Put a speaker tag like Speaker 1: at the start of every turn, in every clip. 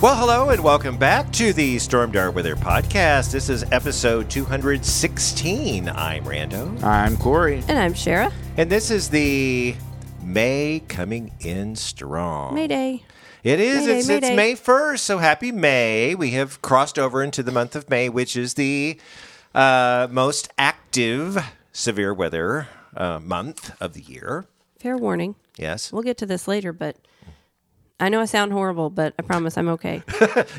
Speaker 1: Well, hello and welcome back to the Stormdar Weather Podcast. This is episode 216. I'm Rando.
Speaker 2: I'm Corey.
Speaker 3: And I'm Shara.
Speaker 1: And this is the May coming in strong.
Speaker 3: Mayday.
Speaker 1: It is.
Speaker 3: Mayday,
Speaker 1: it's, it's
Speaker 3: Mayday.
Speaker 1: May 1st. So happy May. We have crossed over into the month of May, which is the uh, most active severe weather uh, month of the year.
Speaker 3: Fair warning.
Speaker 1: Yes.
Speaker 3: We'll get to this later, but I know I sound horrible, but I promise I'm okay.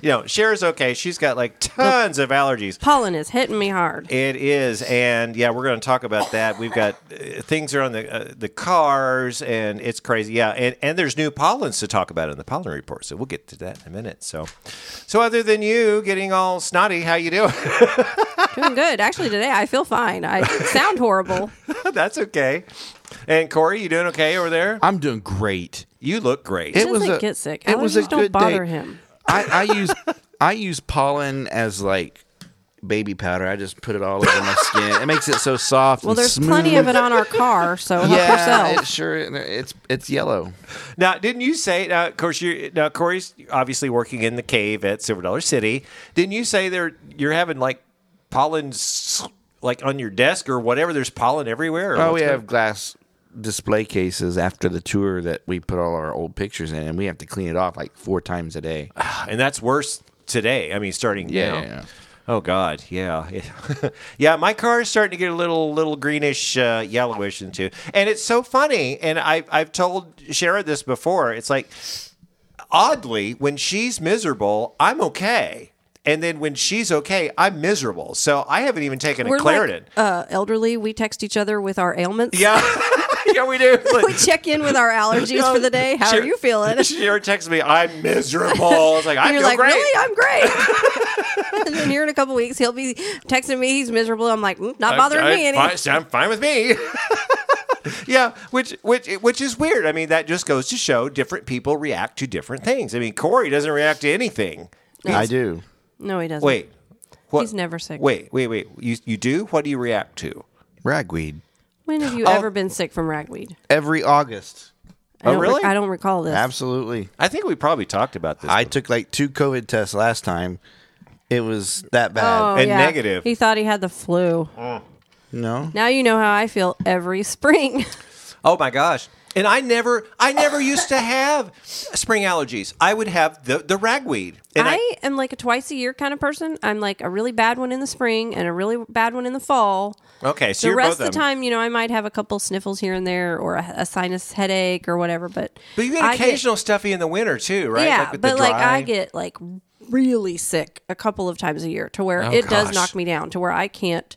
Speaker 1: You know, Cher's okay. She's got like tons of allergies.
Speaker 3: Pollen is hitting me hard.
Speaker 1: It is, and yeah, we're going to talk about that. We've got uh, things are on the uh, the cars, and it's crazy. Yeah, and, and there's new pollens to talk about in the pollen report, so we'll get to that in a minute. So, so other than you getting all snotty, how you doing?
Speaker 3: Doing good. Actually, today I feel fine. I sound horrible.
Speaker 1: That's okay. And Corey, you doing okay over there?
Speaker 2: I'm doing great.
Speaker 1: You look great.
Speaker 3: It- doesn't get sick. Allergies don't bother him.
Speaker 2: I, I use I use pollen as like baby powder. I just put it all over my skin. It makes it so soft.
Speaker 3: Well,
Speaker 2: and
Speaker 3: there's
Speaker 2: smooth.
Speaker 3: plenty of it on our car, so help
Speaker 2: Yeah, it
Speaker 3: yourself.
Speaker 2: sure. It's it's yellow.
Speaker 1: now, didn't you say? Now, of course, you now Corey's obviously working in the cave at Silver Dollar City. Didn't you say there you're having like pollen s- like on your desk or whatever? There's pollen everywhere. or
Speaker 2: Oh,
Speaker 1: what's
Speaker 2: we
Speaker 1: going-
Speaker 2: have glass display cases after the tour that we put all our old pictures in, and we have to clean it off like four times a day.
Speaker 1: and that's worse today. I mean, starting
Speaker 2: Yeah,
Speaker 1: now.
Speaker 2: yeah, yeah.
Speaker 1: Oh God, yeah, yeah. My car is starting to get a little, little greenish, uh, yellowish into, and it's so funny. And I, I've told Shara this before. It's like, oddly, when she's miserable, I'm okay, and then when she's okay, I'm miserable. So I haven't even taken
Speaker 3: We're
Speaker 1: a Claritin.
Speaker 3: like uh, elderly. We text each other with our ailments.
Speaker 1: yeah, yeah, we do. Like-
Speaker 3: We check in with our allergies for the day. How are
Speaker 1: Shara-
Speaker 3: you feeling?
Speaker 1: Shara texts me, "I'm miserable." I was like, "I
Speaker 3: And
Speaker 1: feel
Speaker 3: you're like,
Speaker 1: great."
Speaker 3: really? I'm great. and then here in a couple weeks, he'll be texting me. He's miserable. I'm like, "Mm, not bothering
Speaker 1: I-
Speaker 3: me any.
Speaker 1: fine- I'm fine with me. yeah, which which which is weird. I mean, that just goes to show different people react to different things. I mean, Corey doesn't react to anything.
Speaker 2: I do.
Speaker 3: No, he doesn't.
Speaker 1: Wait, what?
Speaker 3: He's never sick.
Speaker 1: Wait, wait, wait. You you do? What do you react to?
Speaker 2: Ragweed
Speaker 3: When have you ever been sick from ragweed?
Speaker 2: every August.
Speaker 3: I
Speaker 1: Oh,
Speaker 3: don't re-
Speaker 1: really?
Speaker 3: I don't recall this.
Speaker 2: Absolutely.
Speaker 1: I think we probably talked about this.
Speaker 2: I took like two COVID tests last time. It was that
Speaker 3: Oh,
Speaker 2: bad.
Speaker 1: And
Speaker 3: yeah.
Speaker 1: negative.
Speaker 3: He thought he had the flu.
Speaker 2: No.
Speaker 3: Now you know how I feel every spring.
Speaker 1: Oh my gosh. And I never, I never used to have spring allergies. I would have the, the ragweed. And
Speaker 3: I, am like a twice a year kind of person. I'm like a really bad one in the spring and a really bad one in the fall.
Speaker 1: okay, so
Speaker 3: the
Speaker 1: you're
Speaker 3: rest
Speaker 1: both
Speaker 3: of
Speaker 1: them.
Speaker 3: the time, you know, I might have a couple sniffles here and there or a, a sinus headache or whatever. But
Speaker 1: But you get
Speaker 3: I
Speaker 1: occasional stuffy in the winter too, right?
Speaker 3: Yeah,
Speaker 1: with the
Speaker 3: but like I
Speaker 1: dry-
Speaker 3: get like really sick a couple of times a year to where it
Speaker 1: Oh, gosh.
Speaker 3: does knock me down to where I can't.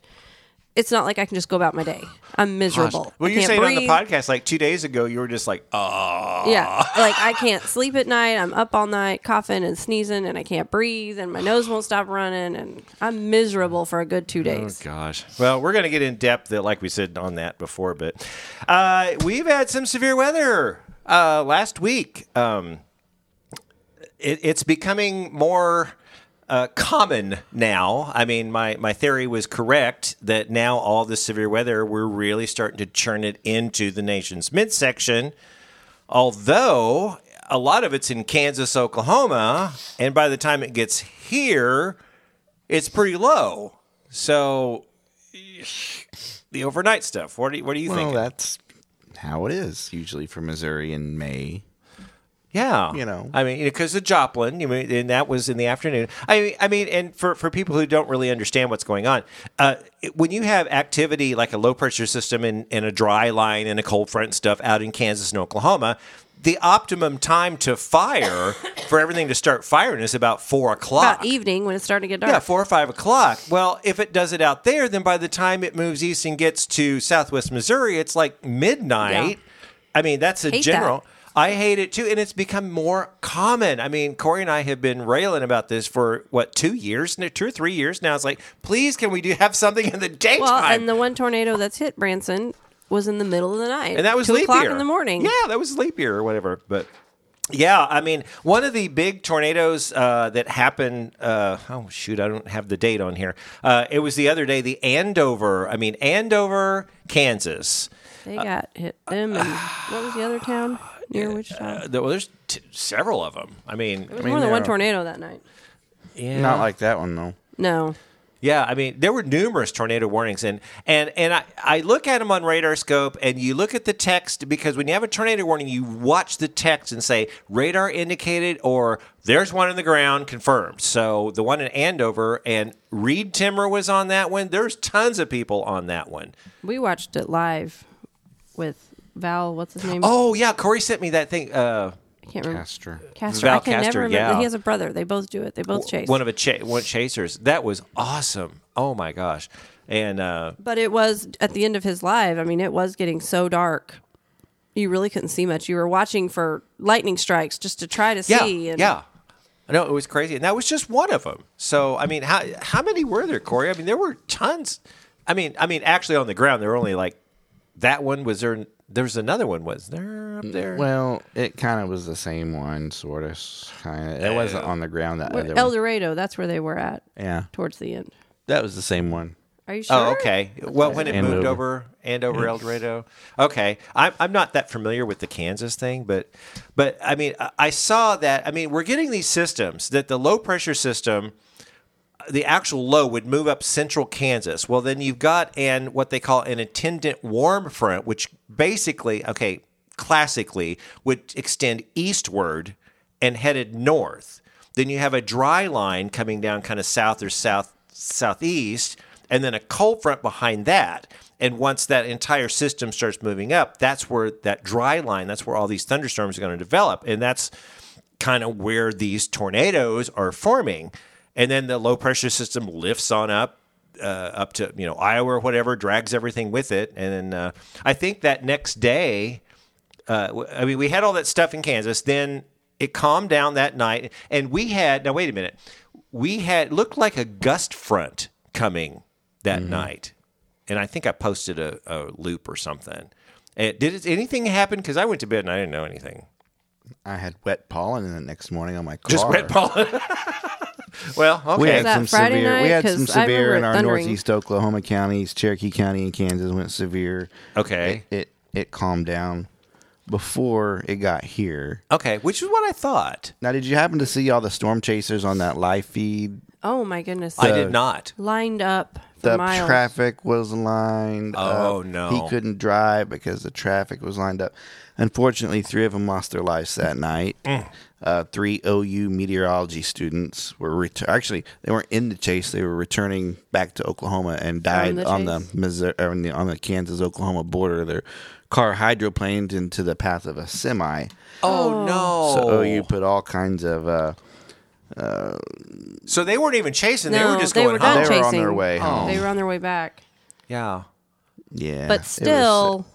Speaker 3: It's not like I can just go about my day. I'm miserable.
Speaker 1: Well,
Speaker 3: I
Speaker 1: you
Speaker 3: can't
Speaker 1: said it on the
Speaker 3: breathe.
Speaker 1: podcast like two days ago. You were just like, oh,
Speaker 3: Yeah, like I can't sleep at night. I'm up all night coughing and sneezing, and I can't breathe, and my nose won't stop running, and I'm miserable for a good two days.
Speaker 1: Oh, gosh. Well, we're going to get in depth, uh, like we said on that before, but uh, we've had some severe weather uh, last week. Um, it, it's becoming more uh, common now. I mean, my, my theory was correct that now all the severe weather, we're really starting to churn it into the nation's midsection. Although a lot of it's in Kansas, Oklahoma, and by the time it gets here, it's pretty low. So the overnight stuff. What do you, what do you
Speaker 2: Well,
Speaker 1: think?
Speaker 2: that's how it is usually for Missouri in May.
Speaker 1: Yeah,
Speaker 2: You know.
Speaker 1: I mean, because the Joplin, you mean, and that was in the afternoon. I mean, I mean, and for for people who don't really understand what's going on, uh, it- when you have activity like a low pressure system and, and a dry line and a cold front and stuff out in Kansas and Oklahoma, the optimum time to fire for everything to start firing is about four o'clock.
Speaker 3: About evening when it's starting to get dark.
Speaker 1: Yeah, four or five o'clock. Well, if it does it out there, then by the time it moves east and gets to southwest Missouri, it's like midnight. I mean, that's a
Speaker 3: Hate
Speaker 1: general.
Speaker 3: that.
Speaker 1: I hate it too, and it's become more common. I mean, Corey and I have been railing about this for what two years, No, two or three years now. It's like, please, can we do have something in the daytime?
Speaker 3: well, and the one tornado that's hit Branson was in the middle of the night.
Speaker 1: and that was
Speaker 3: two
Speaker 1: leap
Speaker 3: o'clock
Speaker 1: year.
Speaker 3: in the morning.
Speaker 1: Yeah, that was leap year or whatever. But yeah, I mean, one of the big tornadoes uh, that happened. Uh, oh shoot, I don't have the date on here. Uh, it was the other day, the Andover. I mean, Andover, Kansas.
Speaker 3: They got hit them and what was the other town near Wichita?
Speaker 1: Uh, there- well, there's t- several of them. I mean,
Speaker 3: There was more than
Speaker 4: there
Speaker 3: one
Speaker 4: are-
Speaker 3: tornado that night.
Speaker 1: yeah.
Speaker 4: Not like that one though.
Speaker 3: No.
Speaker 1: Yeah, I mean, there were numerous tornado warnings, and and and I, I look at them on radar scope, and you look at the text because when you have a tornado warning, you watch the text and say radar indicated or there's one in the ground confirmed. So the one in Andover and Reed Timmer was on that one. There's tons of people on that one.
Speaker 3: We watched it live with Val, what's his name?
Speaker 1: Oh yeah, Corey sent me that thing. Uh,
Speaker 3: I can't remember.
Speaker 4: Pastor.
Speaker 3: Castor.
Speaker 1: Val
Speaker 3: I can
Speaker 1: Castor,
Speaker 3: never remember.
Speaker 1: yeah.
Speaker 3: He has a brother. They both do it. They both chase.
Speaker 1: one of a cha- one chasers. That was awesome. Oh my gosh, and uh,
Speaker 3: But it was at the end of his live. I mean, it was getting so dark. You really couldn't see much. You were watching for lightning strikes just to try to
Speaker 1: Yeah,
Speaker 3: see. And
Speaker 1: yeah. I know it was crazy, and that was just one of them. So I mean, how how many were there, Corey? I mean, there were tons. I mean, I mean, actually on the ground, there were only like that one. Was there? There was another one. Was there up there?
Speaker 4: Well, it kind of was the same one, sort of, kind of. It wasn't on the ground that other
Speaker 3: El
Speaker 4: one.
Speaker 3: Dorado, that's where they were at
Speaker 4: Yeah,
Speaker 3: towards the end.
Speaker 4: that was the same one.
Speaker 3: Are you sure?
Speaker 1: Oh, okay. Well, when it
Speaker 4: Andover.
Speaker 1: moved over Andover, El Dorado. Okay, I'm I'm not that familiar with the Kansas thing, but but I mean, I- I saw that. I mean, we're getting these systems that the low pressure system, the actual low would move up central Kansas. Well, then you've got an what they call an attendant warm front, which basically, okay, classically would extend eastward and headed north. Then you have a dry line coming down kind of south or south southeast, and then a cold front behind that. And once that entire system starts moving up, that's where that dry line, that's where all these thunderstorms are going to develop. And that's kind of where these tornadoes are forming. And then the low pressure system lifts on up, uh, up to you know Iowa or whatever, drags everything with it. And then uh, I think that next day, uh, w- I mean, we had all that stuff in Kansas. Then it calmed down that night, and we had now. Wait a minute, we had looked like a gust front coming that night, and I think I posted a, a loop or something. And did anything happen? Because I went to bed and I didn't know anything.
Speaker 4: I had wet pollen in the next morning on my car.
Speaker 1: Just wet pollen. well, okay.
Speaker 4: We had
Speaker 3: that
Speaker 4: some
Speaker 3: Friday
Speaker 4: severe.
Speaker 3: night?
Speaker 4: We had
Speaker 3: 'Cause
Speaker 4: some
Speaker 3: I
Speaker 4: severe
Speaker 3: remember
Speaker 4: in
Speaker 3: it
Speaker 4: our
Speaker 3: thundering.
Speaker 4: northeast Oklahoma counties, Cherokee County, and Kansas went severe.
Speaker 1: Okay.
Speaker 4: It, it it calmed down before it got here.
Speaker 1: Okay, which is what I thought.
Speaker 4: Now, did you happen to see all the storm chasers on that live feed?
Speaker 3: Oh, my goodness.
Speaker 1: I did not.
Speaker 3: Lined up for
Speaker 4: The
Speaker 3: miles.
Speaker 4: traffic was lined.
Speaker 1: Oh,
Speaker 4: up.
Speaker 1: no.
Speaker 4: He couldn't drive because the traffic was lined up. Unfortunately, three of them lost their lives that night.
Speaker 1: Mm.
Speaker 4: Uh, three OU meteorology students were ret- actually they weren't in the chase; they were returning back to Oklahoma and died
Speaker 3: the
Speaker 4: on the
Speaker 3: chase?
Speaker 4: Missouri uh, on the, on the Kansas Oklahoma border. Their car hydroplaned into the path of a semi.
Speaker 1: Oh, no.
Speaker 4: So OU put all kinds of. Uh,
Speaker 1: So they weren't even chasing. they
Speaker 3: No,
Speaker 1: were just
Speaker 3: they
Speaker 1: going
Speaker 3: were
Speaker 1: home.
Speaker 3: done
Speaker 4: They were on
Speaker 3: chasing.
Speaker 4: their way home.
Speaker 3: They were on their way back.
Speaker 1: Yeah.
Speaker 4: yeah, it
Speaker 3: But
Speaker 4: was-
Speaker 1: uh,
Speaker 3: still,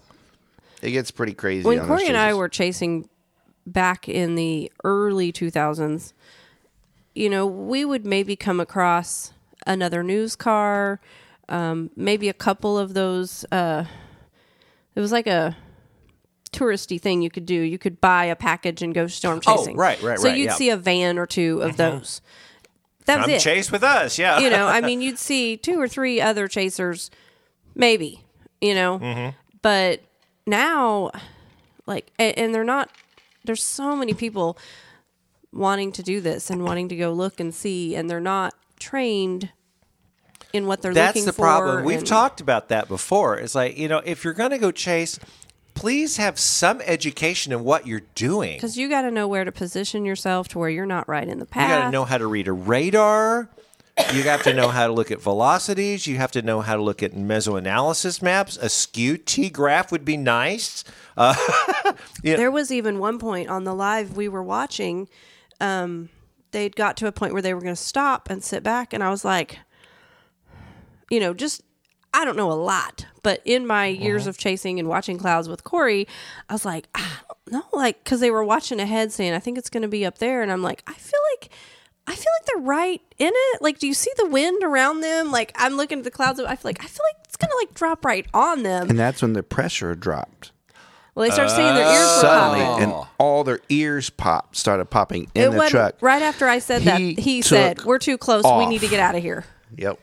Speaker 4: it, gets pretty crazy.
Speaker 3: when
Speaker 4: on those
Speaker 3: Corey and I
Speaker 4: chases.
Speaker 3: were chasing back in the early 2000s, you know, we would maybe come across another news car, um, maybe a couple of those. Uh, it was like a touristy thing you could do. You could buy a package and go storm
Speaker 1: Oh,
Speaker 3: chasing.
Speaker 1: right, right,
Speaker 3: So
Speaker 1: right,
Speaker 3: you'd
Speaker 1: yeah. Uh-huh.
Speaker 3: see a van or two of those. That was
Speaker 1: Come
Speaker 3: it.
Speaker 1: chase with us. Yeah.
Speaker 3: you know, I mean, you'd see two or three other chasers, maybe, you know,
Speaker 1: Mm-hmm.
Speaker 3: but now, like, a- and they're not, there's so many people wanting to do this and wanting to go look and see, and they're not trained in what they're
Speaker 1: That's
Speaker 3: looking
Speaker 1: the
Speaker 3: for.
Speaker 1: problem. We've
Speaker 3: and-
Speaker 1: talked about that before. It's like, you know, if you're going to go chase, please have some education in what you're doing.
Speaker 3: Because you got to know where to position yourself to where you're not right in the
Speaker 1: You got to
Speaker 3: path.
Speaker 1: know how to read a radar. You have to know how to look at velocities. You have to know how to look at mesoanalysis maps. A skew T graph would be nice.
Speaker 3: There was even one point on the live we were watching. Um, they'd got to a point where they were going to stop and sit back, and I was like, you know, just I don't know a lot, but in my years of chasing and watching clouds with Corey, I was like, "Ah, I don't know, like because they were watching ahead, saying I think it's going to be up there, and I'm like, I feel like. I feel like they're right in it. Like, do you see the wind around them? Like, I'm looking at the clouds. I feel like I feel like it's gonna like drop right on them.
Speaker 4: And that's when the pressure dropped.
Speaker 3: Well, they start seeing their ears were
Speaker 4: Suddenly,
Speaker 3: popping.
Speaker 4: and all their ears pop started popping in the
Speaker 3: it wasn't
Speaker 4: truck.
Speaker 3: right after I said that.
Speaker 4: He
Speaker 3: He said,
Speaker 4: took
Speaker 3: "We're too close. We need to
Speaker 4: off.
Speaker 3: get out of here."
Speaker 4: Yep.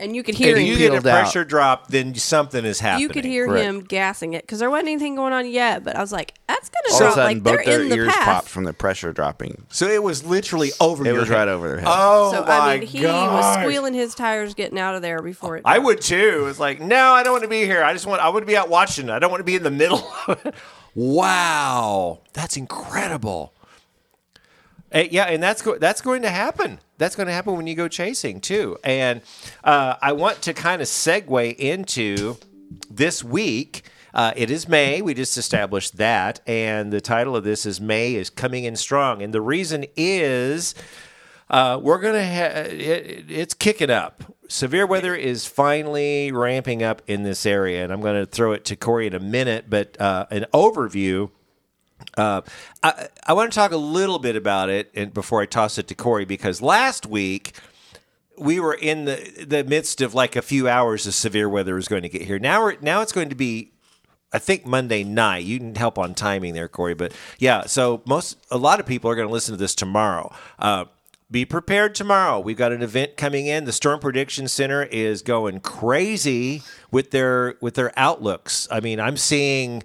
Speaker 3: And you could hear
Speaker 4: And
Speaker 1: you
Speaker 3: him.
Speaker 1: get a
Speaker 4: peeled out.
Speaker 1: pressure drop, then something is happening.
Speaker 3: You could hear
Speaker 4: Right.
Speaker 3: him gassing it because there wasn't anything going on yet. But I was like, "That's
Speaker 4: All
Speaker 3: gonna
Speaker 4: of a
Speaker 3: drop."
Speaker 4: sudden,
Speaker 3: Like
Speaker 4: both
Speaker 3: they're
Speaker 4: their
Speaker 3: in the
Speaker 4: ears popped
Speaker 3: path.
Speaker 4: from the pressure dropping.
Speaker 1: So it was literally over.
Speaker 4: It
Speaker 1: your
Speaker 4: was
Speaker 1: head.
Speaker 4: right over their head. Uh,
Speaker 1: Oh
Speaker 3: So
Speaker 1: my
Speaker 3: I mean, he
Speaker 1: god!
Speaker 3: was squealing his tires getting out of there before it.
Speaker 1: I would too. It's like, no, I don't want to be here. I just want. I want to be out watching. I don't want to be in the middle. of it. wow, that's incredible. Eh, yeah, and that's go- that's going to happen. That's going to happen when you go chasing too. And uh, I want to kind of segue into this week. Uh, it is May. We just established that, and the title of this is "May is Coming in Strong," and the reason is uh, we're gonna ha- it, it's kicking up. Severe weather is finally ramping up in this area, and I'm gonna throw it to Corey in a minute. But uh, an overview. Uh, I, I want to talk a little bit about it, and before I toss it to Corey, because last week we were in the the midst of like a few hours of severe weather is going to get here. Now we're now it's going to be I think Monday night. You can help on timing there, Corey. But yeah, so most a lot of people are going to listen to this tomorrow. Uh, be prepared tomorrow. We've got an event coming in. The Storm Prediction Center is going crazy with their with their outlooks. I mean, I'm seeing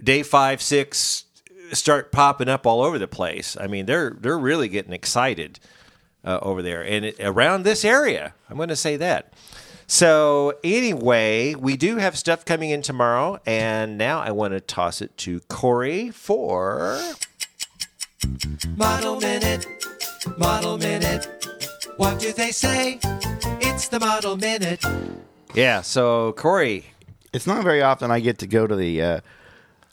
Speaker 1: day five, six start popping up all over the place. I mean, they're they're really getting excited uh, over there and it, around this area. I'm going to say that. So anyway, we do have stuff coming in tomorrow, and now I want to toss it to Corey for Model Minute. Model Minute. What do they say? It's the Model Minute. Yeah. So Corey,
Speaker 4: It's not very often I get to go to the uh,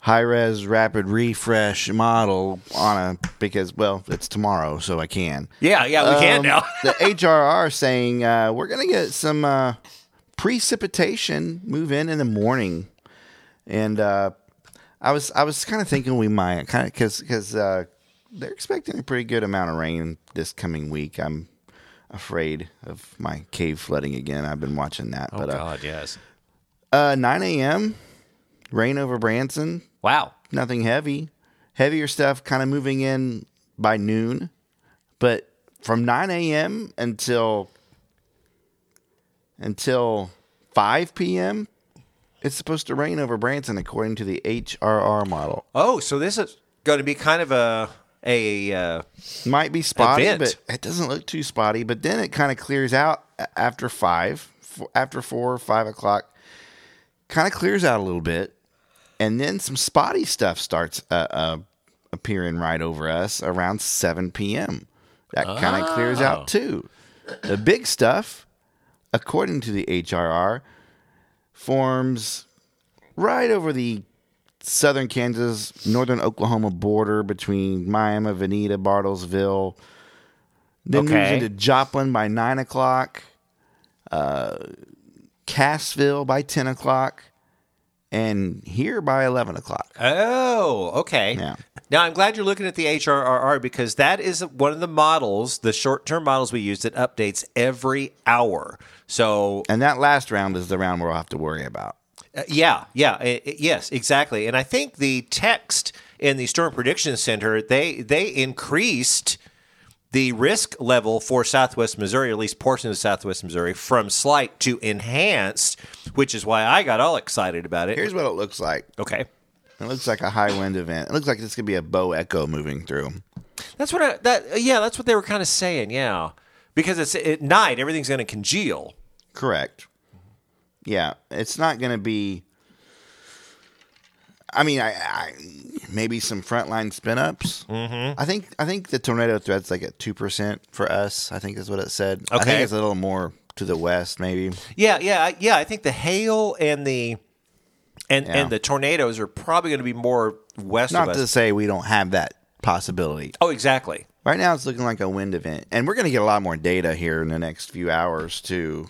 Speaker 4: high res rapid refresh model on a because well it's tomorrow so I can.
Speaker 1: Yeah, yeah, we can now.
Speaker 4: the HRR saying uh, we're gonna get some uh, precipitation move in in the morning, and uh, I was I was kind of thinking we might kind of because because uh, they're expecting a pretty good amount of rain this coming week. I'm afraid of my cave flooding again. I've been watching that, but uh,
Speaker 1: yes.
Speaker 4: uh, 9 a.m. rain over Branson.
Speaker 1: Wow.
Speaker 4: Nothing heavy. Heavier stuff kind of moving in by noon, but from 9 a.m. until until 5 p.m. It's supposed to rain over Branson according to the HRR model.
Speaker 1: Oh, so this is going to be kind of a a uh,
Speaker 4: Might be spotty,
Speaker 1: Event.
Speaker 4: but it doesn't look too spotty. But then it kind of clears out a- after five, f- after four or five o'clock. Kind of clears out a little bit, and then some spotty stuff starts uh, uh, appearing right over us around seven p.m. That kind of clears out too. The big stuff, according to the HRR, forms right over the southern Kansas, northern Oklahoma border between Miami, Veneta, Bartlesville. Then
Speaker 1: Okay.
Speaker 4: moves into Joplin by nine o'clock, uh, Cassville by ten o'clock, and here by eleven o'clock.
Speaker 1: oh, okay.
Speaker 4: Yeah.
Speaker 1: Now I'm glad you're looking at the HRRR because that is one of the models, the short-term models we use that updates every hour. So
Speaker 4: And that last round is the round we'll have to worry about.
Speaker 1: Uh, yeah, yeah, i- i- yes, exactly. And I think the text in the Storm Prediction Center they they increased the risk level for Southwest Missouri, at least portions of Southwest Missouri, from slight to enhanced, which is why I got all excited about it.
Speaker 4: Here's what it looks like.
Speaker 1: okay,
Speaker 4: It looks like a high wind event. It looks like this could be a bow echo moving through.
Speaker 1: that's what I, that uh, yeah, that's what they were kind of saying. Yeah, because it's at night, everything's going to congeal.
Speaker 4: Correct. Yeah, it's not going to be. I mean, I, I maybe some frontline spin ups. Mm-hmm. I think I think the tornado threat's like at two percent for us. I think is what it said. I think
Speaker 1: Okay.
Speaker 4: it's a little more to the west, maybe.
Speaker 1: Yeah, yeah, I- yeah. I think the hail and the and
Speaker 4: Yeah.
Speaker 1: and the tornadoes are probably going to be more west
Speaker 4: Not
Speaker 1: of
Speaker 4: to
Speaker 1: us.
Speaker 4: say we don't have that possibility.
Speaker 1: Oh, exactly.
Speaker 4: Right now, it's looking like a wind event, and we're going to get a lot more data here in the next few hours too.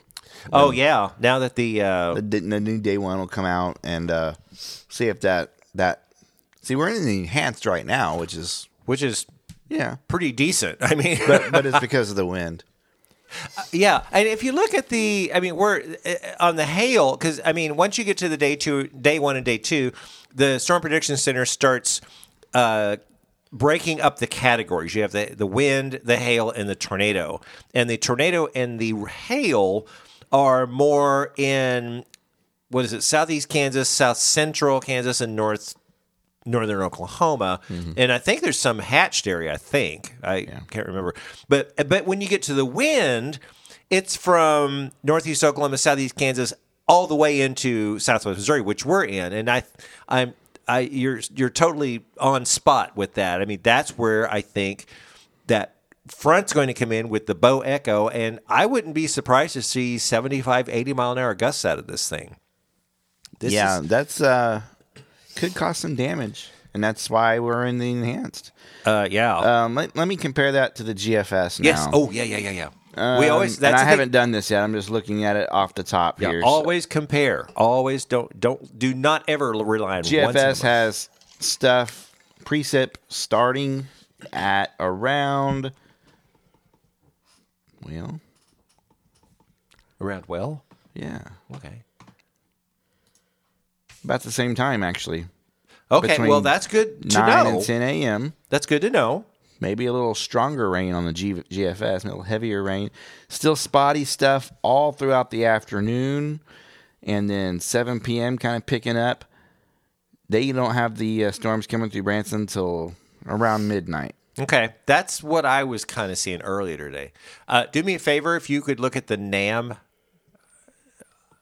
Speaker 1: Oh, yeah. Now that the uh,
Speaker 4: The, d- the new day one will come out and uh, see if that that see we're in the enhanced right now, which is
Speaker 1: which is
Speaker 4: yeah,
Speaker 1: pretty decent. I mean,
Speaker 4: but but it's because of the wind.
Speaker 1: yeah. And if you look at the, I mean, we're uh, on the hail because I mean, once you get to the day two, day one and day two, the Storm Prediction Center starts. Uh, breaking up the categories you have the, the wind the hail and the tornado and the tornado and the hail are more in what is it southeast kansas south central kansas and north northern oklahoma and i think there's some hatched area i think i can't remember but but when you get to the wind it's from northeast oklahoma southeast kansas all the way into southwest missouri which we're in and i i'm i you're you're totally on spot with that i mean that's where i think that front's going to come in with the bow echo and i wouldn't be surprised to see 75 80 mile an hour gusts out of this thing this
Speaker 4: yeah,
Speaker 1: is-
Speaker 4: that's uh could cause some damage, and that's why we're in the enhanced.
Speaker 1: uh, yeah
Speaker 4: Um, let, let me compare that to the GFS now.
Speaker 1: Yes. Oh, yeah, yeah, yeah, yeah. we
Speaker 4: Um,
Speaker 1: always.
Speaker 4: and
Speaker 1: That's
Speaker 4: I
Speaker 1: the
Speaker 4: haven't
Speaker 1: thing.
Speaker 4: done this yet. I'm just looking at it off the top
Speaker 1: Yeah,
Speaker 4: here. So
Speaker 1: always compare. Always don't don't do not ever rely on one
Speaker 4: GFS
Speaker 1: cinema.
Speaker 4: has stuff precip starting at around well,
Speaker 1: around well.
Speaker 4: yeah,
Speaker 1: Okay.
Speaker 4: about the same time actually.
Speaker 1: Okay.
Speaker 4: Between
Speaker 1: well, that's good to
Speaker 4: Nine
Speaker 1: know.
Speaker 4: and ten a.m.
Speaker 1: That's good to know.
Speaker 4: maybe a little stronger rain on the G- GFS, a little heavier rain. Still spotty stuff all throughout the afternoon, and then 7 p.m. kind of picking up. They don't have the uh, storms coming through Branson until around midnight.
Speaker 1: Okay, that's what I was kind of seeing earlier today. Uh, do me a favor if you could look at the NAM.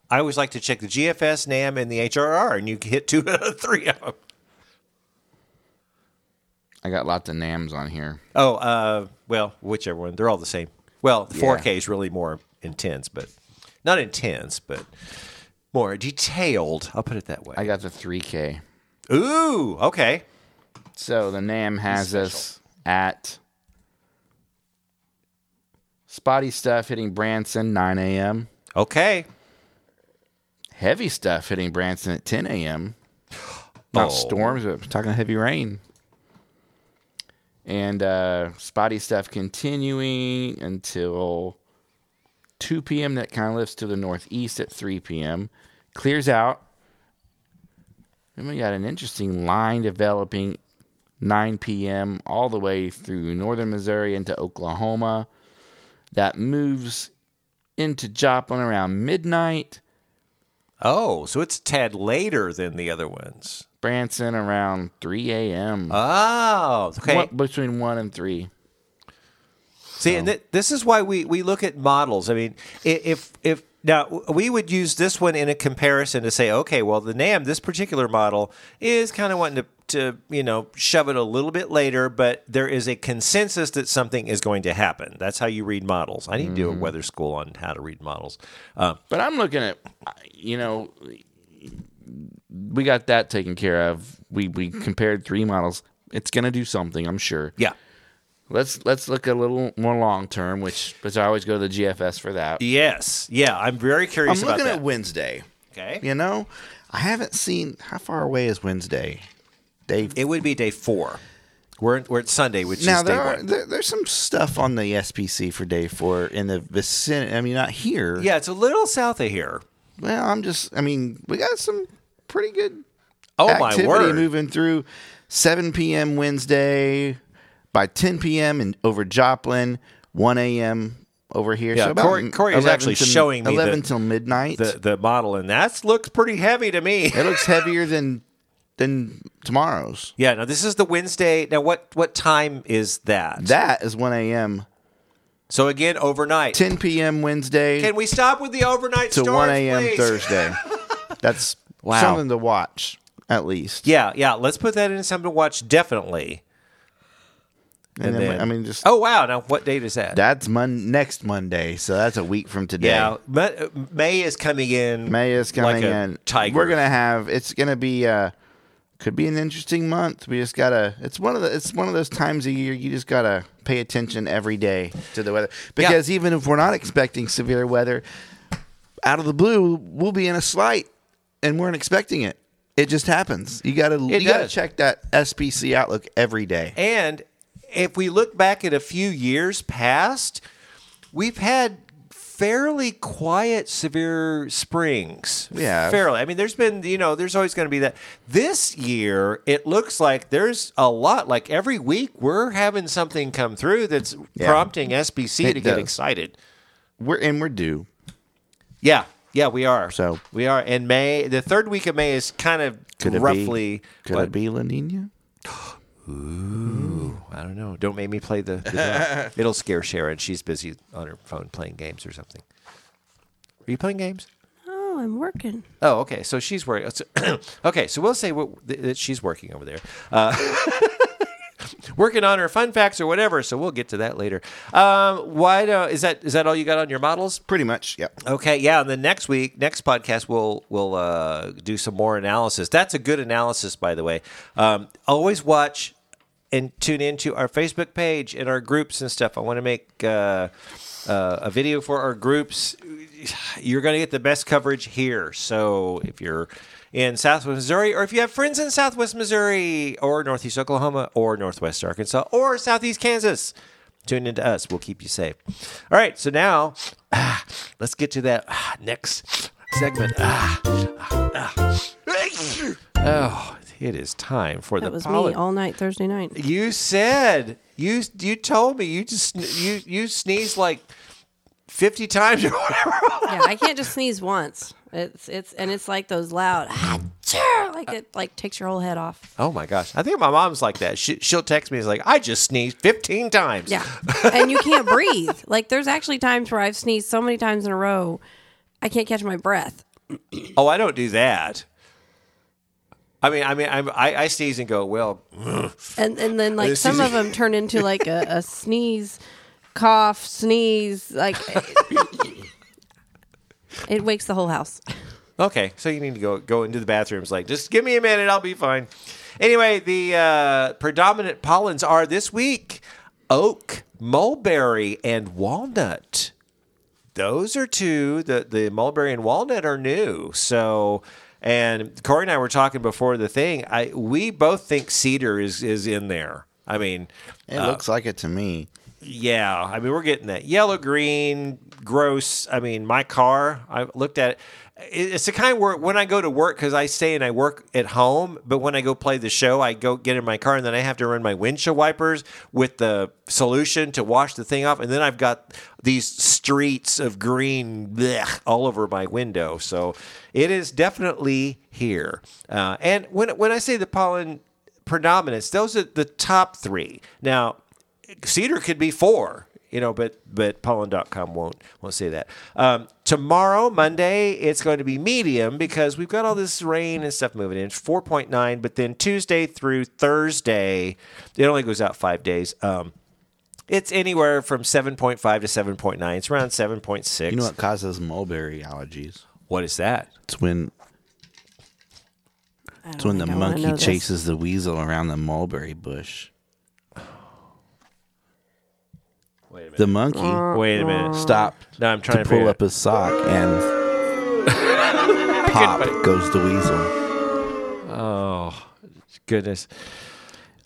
Speaker 1: I always like to check the GFS, NAM, and the HRR, and you hit two out of three of them.
Speaker 4: I got lots of NAMs on here.
Speaker 1: Oh, uh, well, whichever one. They're all the same. Well, the 4K
Speaker 4: Yeah.
Speaker 1: is really more intense, but not intense, but more detailed. I'll put it that
Speaker 4: I
Speaker 1: way.
Speaker 4: got the 3K.
Speaker 1: Ooh, okay.
Speaker 4: So the NAM has us at spotty stuff hitting Branson 9 a.m.
Speaker 1: Okay.
Speaker 4: heavy stuff hitting Branson at 10 a.m. Not
Speaker 1: Oh.
Speaker 4: storms, but I'm talking heavy rain. And uh, spotty stuff continuing until 2 p.m. That kind of lifts to the northeast at 3 p.m. Clears out. Then we got an interesting line developing 9 p.m. all the way through northern Missouri into Oklahoma. That moves into Joplin around midnight.
Speaker 1: Oh, so it's a tad later than the other ones.
Speaker 4: Branson around 3 a.m.
Speaker 1: Oh, okay.
Speaker 4: One- between 1 and 3.
Speaker 1: See, and th- this is why we, we look at models. I mean, i- if if now w- we would use this one in a comparison to say, okay, well, the NAM, this particular model is kind of wanting to to you know shove it a little bit later, but there is a consensus that something is going to happen. That's how you read models. I need to do a
Speaker 4: Mm.
Speaker 1: weather school on how to read models. Uh,
Speaker 4: But I'm looking at, you know, we got that taken care of. We we compared three models. It's going to do something, I'm sure.
Speaker 1: yeah,
Speaker 4: Let's let's look a little more long term, which which I always go to the GFS for that.
Speaker 1: yes, yeah. I'm very
Speaker 4: I'm
Speaker 1: curious about
Speaker 4: looking
Speaker 1: that.
Speaker 4: at Wednesday.
Speaker 1: okay,
Speaker 4: You know, I haven't seen how far away is Wednesday. Dave
Speaker 1: it would be day four. We're we're at Sunday, which
Speaker 4: Now
Speaker 1: is day
Speaker 4: there are
Speaker 1: one.
Speaker 4: there, there's some stuff on the SPC for day four in the vicinity. I mean, not here.
Speaker 1: Yeah, it's a little south of here.
Speaker 4: Well, I'm just. I mean, we got some pretty good
Speaker 1: Oh
Speaker 4: activity
Speaker 1: my word!
Speaker 4: moving through. 7 p.m. Wednesday by 10 p.m. and over Joplin, 1 a.m. over here.
Speaker 1: Yeah,
Speaker 4: so about
Speaker 1: Corey- Corey is
Speaker 4: 11
Speaker 1: actually
Speaker 4: till-
Speaker 1: showing me
Speaker 4: 11
Speaker 1: the-
Speaker 4: till midnight.
Speaker 1: the the model, and that looks pretty heavy to me.
Speaker 4: it looks heavier than than tomorrow's.
Speaker 1: yeah. Now this is the Wednesday. Now what what time is that?
Speaker 4: That is 1 a.m.
Speaker 1: so again, overnight.
Speaker 4: 10 p.m. Wednesday.
Speaker 1: Can we stop with the overnight
Speaker 4: to
Speaker 1: storms,
Speaker 4: 1 a.m.
Speaker 1: please?
Speaker 4: Thursday. That's
Speaker 1: Wow.
Speaker 4: something to watch. at least.
Speaker 1: Yeah, yeah. Let's put that in something to watch definitely.
Speaker 4: and, then, I mean, just
Speaker 1: oh wow! Now what date is that?
Speaker 4: that's mon- next Monday, so that's a week from today.
Speaker 1: yeah, Ma- May is coming in.
Speaker 4: May is coming
Speaker 1: like a
Speaker 4: in.
Speaker 1: Tiger.
Speaker 4: We're gonna have. It's gonna be. Uh, could be an interesting month. We just gotta. It's one of the. It's one of those times a year you just gotta pay attention every day to the weather because even if we're not expecting severe weather, out of the blue we'll be in a slight and weren't expecting it. It just happens. You gotta. you gotta
Speaker 1: does.
Speaker 4: check that SPC outlook every day.
Speaker 1: And if we look back at a few years past, we've had fairly quiet, severe springs.
Speaker 4: Yeah.
Speaker 1: Fairly. I mean, there's been, you know, there's always going to be that. This year, it looks like there's a lot. Like every week, we're having something come through that's
Speaker 4: Yeah.
Speaker 1: prompting SBC
Speaker 4: It
Speaker 1: to get
Speaker 4: does.
Speaker 1: excited.
Speaker 4: We're and we're due.
Speaker 1: Yeah. Yeah, we are.
Speaker 4: So-
Speaker 1: we are. And May, the third week of May is kind of
Speaker 4: Could it
Speaker 1: roughly.
Speaker 4: be? Could
Speaker 1: what-
Speaker 4: it be La Nina?
Speaker 1: I don't know. Don't make me play the. the drum. It'll scare Sharon. She's busy on her phone playing games or something. Are you playing games?
Speaker 3: Oh, I'm working.
Speaker 1: Oh, okay. So she's working. okay, so we'll say what, th- that she's working over there, uh, working on her fun facts or whatever. So we'll get to that later. Um, why do, is that? Is that all you got on your models?
Speaker 4: Pretty much. Yep.
Speaker 1: Okay, yeah. And then next week, next podcast, we'll we'll uh, do some more analysis. That's a good analysis, by the way. Um, always watch and tune into our Facebook page and our groups and stuff. I want to make uh, uh, a video for our groups. You're going to get the best coverage here. So if you're in Southwest Missouri, or if you have friends in Southwest Missouri, or Northeast Oklahoma, or Northwest Arkansas, or Southeast Kansas. Tune into us. We'll keep you safe. All right. So now ah, let's get to that ah, next segment. Ah, ah, ah. Oh, it is time for the
Speaker 3: That was
Speaker 1: poly-
Speaker 3: me all night Thursday night.
Speaker 1: you said you you told me you just you you sneezed like fifty times or whatever.
Speaker 3: yeah, I can't just sneeze once. It's it's and it's like those loud "Achoo!" like it like takes your whole head off.
Speaker 1: Oh my gosh! I think my mom's like that. She, she'll text me. It's like I just sneezed fifteen times.
Speaker 3: Yeah. And you can't breathe. Like there's actually times where I've sneezed so many times in a row I can't catch my breath.
Speaker 1: Oh, I don't do that. I mean, I mean, I'm, I I sneeze and go well.
Speaker 3: And and then like
Speaker 1: This is-
Speaker 3: some of them turn into like a, a sneeze, cough, sneeze, like it wakes the whole house.
Speaker 1: Okay, so you need to go go into the bathrooms. Like, just give me a minute, I'll be fine. Anyway, the uh, predominant pollens are this week oak, mulberry, and walnut. Those are two. The the mulberry and walnut are new. So, and Corey and I were talking before the thing. I we both think cedar is is in there. I mean,
Speaker 4: It
Speaker 1: Uh,
Speaker 4: looks like it to me.
Speaker 1: yeah, I mean we're getting that yellow green gross. I mean my car. I looked at it. It- It's the kind where when I go to work because I stay and I work at home, but when I go play the show, I go get in my car and then I have to run my windshield wipers with the solution to wash the thing off, and then I've got these streets of green blech, all over my window. So it is definitely here. Uh, and when when I say the pollen predominance, those are the top three. Now cedar could be four you know but but pollen.com won't won't say that um, tomorrow monday it's going to be medium because we've got all this rain and stuff moving in it's 4.9 but then tuesday through thursday it only goes out five days um, it's anywhere from 7.5 to 7.9 it's around 7.6
Speaker 4: You know what causes mulberry allergies?
Speaker 1: what is that
Speaker 4: It's when
Speaker 3: I
Speaker 4: it's when
Speaker 3: don't
Speaker 4: the
Speaker 3: think I wanna
Speaker 4: monkey
Speaker 3: know this.
Speaker 4: chases the weasel around the mulberry bush.
Speaker 1: wait a minute
Speaker 4: The monkey
Speaker 3: Oh.
Speaker 1: wait a minute
Speaker 4: stopped
Speaker 1: no i'm trying
Speaker 4: to
Speaker 1: to,
Speaker 4: pull
Speaker 1: figure
Speaker 4: up his sock and pop goes the weasel.
Speaker 1: out- Oh, goodness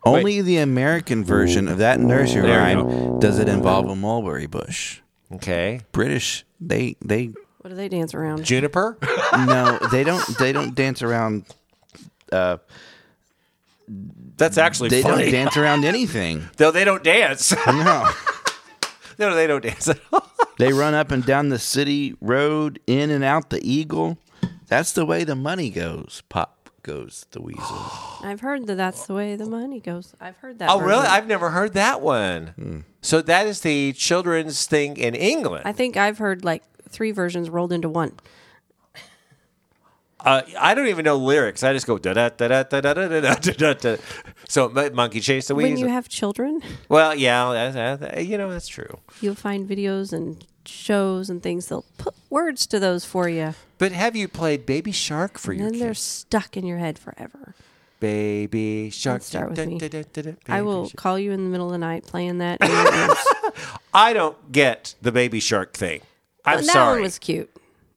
Speaker 4: Only the American version of that nursery
Speaker 1: There we
Speaker 4: rhyme does it involve a mulberry bush.
Speaker 1: okay
Speaker 4: British they they
Speaker 3: What do they dance around?
Speaker 1: juniper
Speaker 4: no they don't they don't dance around
Speaker 1: that's actually
Speaker 4: they
Speaker 1: funny
Speaker 4: don't dance around anything.
Speaker 1: though they don't dance
Speaker 4: No.
Speaker 1: no they don't dance at all
Speaker 4: They run up and down the city road, in and out the eagle. That's the way the money goes. Pop goes the weasel.
Speaker 3: I've heard that that's the way the money goes. I've heard that.
Speaker 1: Oh, really?
Speaker 3: version.
Speaker 1: I've never heard that one.
Speaker 4: Hmm.
Speaker 1: So that is the children's thing in England.
Speaker 3: I think I've heard like three versions rolled into one.
Speaker 1: Uh, I don't even know lyrics. I just go da da da da da da da da da da. da. So Mon- monkey chase the
Speaker 3: When
Speaker 1: Wheeze.
Speaker 3: you have children,
Speaker 1: well, yeah, that, that, you know that's true.
Speaker 3: you'll find videos and shows and things. They'll put words to those for you,
Speaker 1: But have you played Baby Shark for
Speaker 3: and
Speaker 1: your
Speaker 3: then they're
Speaker 1: kids?
Speaker 3: stuck in your head forever.
Speaker 1: Baby Shark.
Speaker 3: Let's start with
Speaker 1: da,
Speaker 3: me.
Speaker 1: da, da, da, da,
Speaker 3: I
Speaker 1: Baby
Speaker 3: will
Speaker 1: Shark.
Speaker 3: call you in the middle of the night playing that. in your ears.
Speaker 1: I don't get the Baby Shark thing. I'm
Speaker 3: that
Speaker 1: sorry.
Speaker 3: one was cute,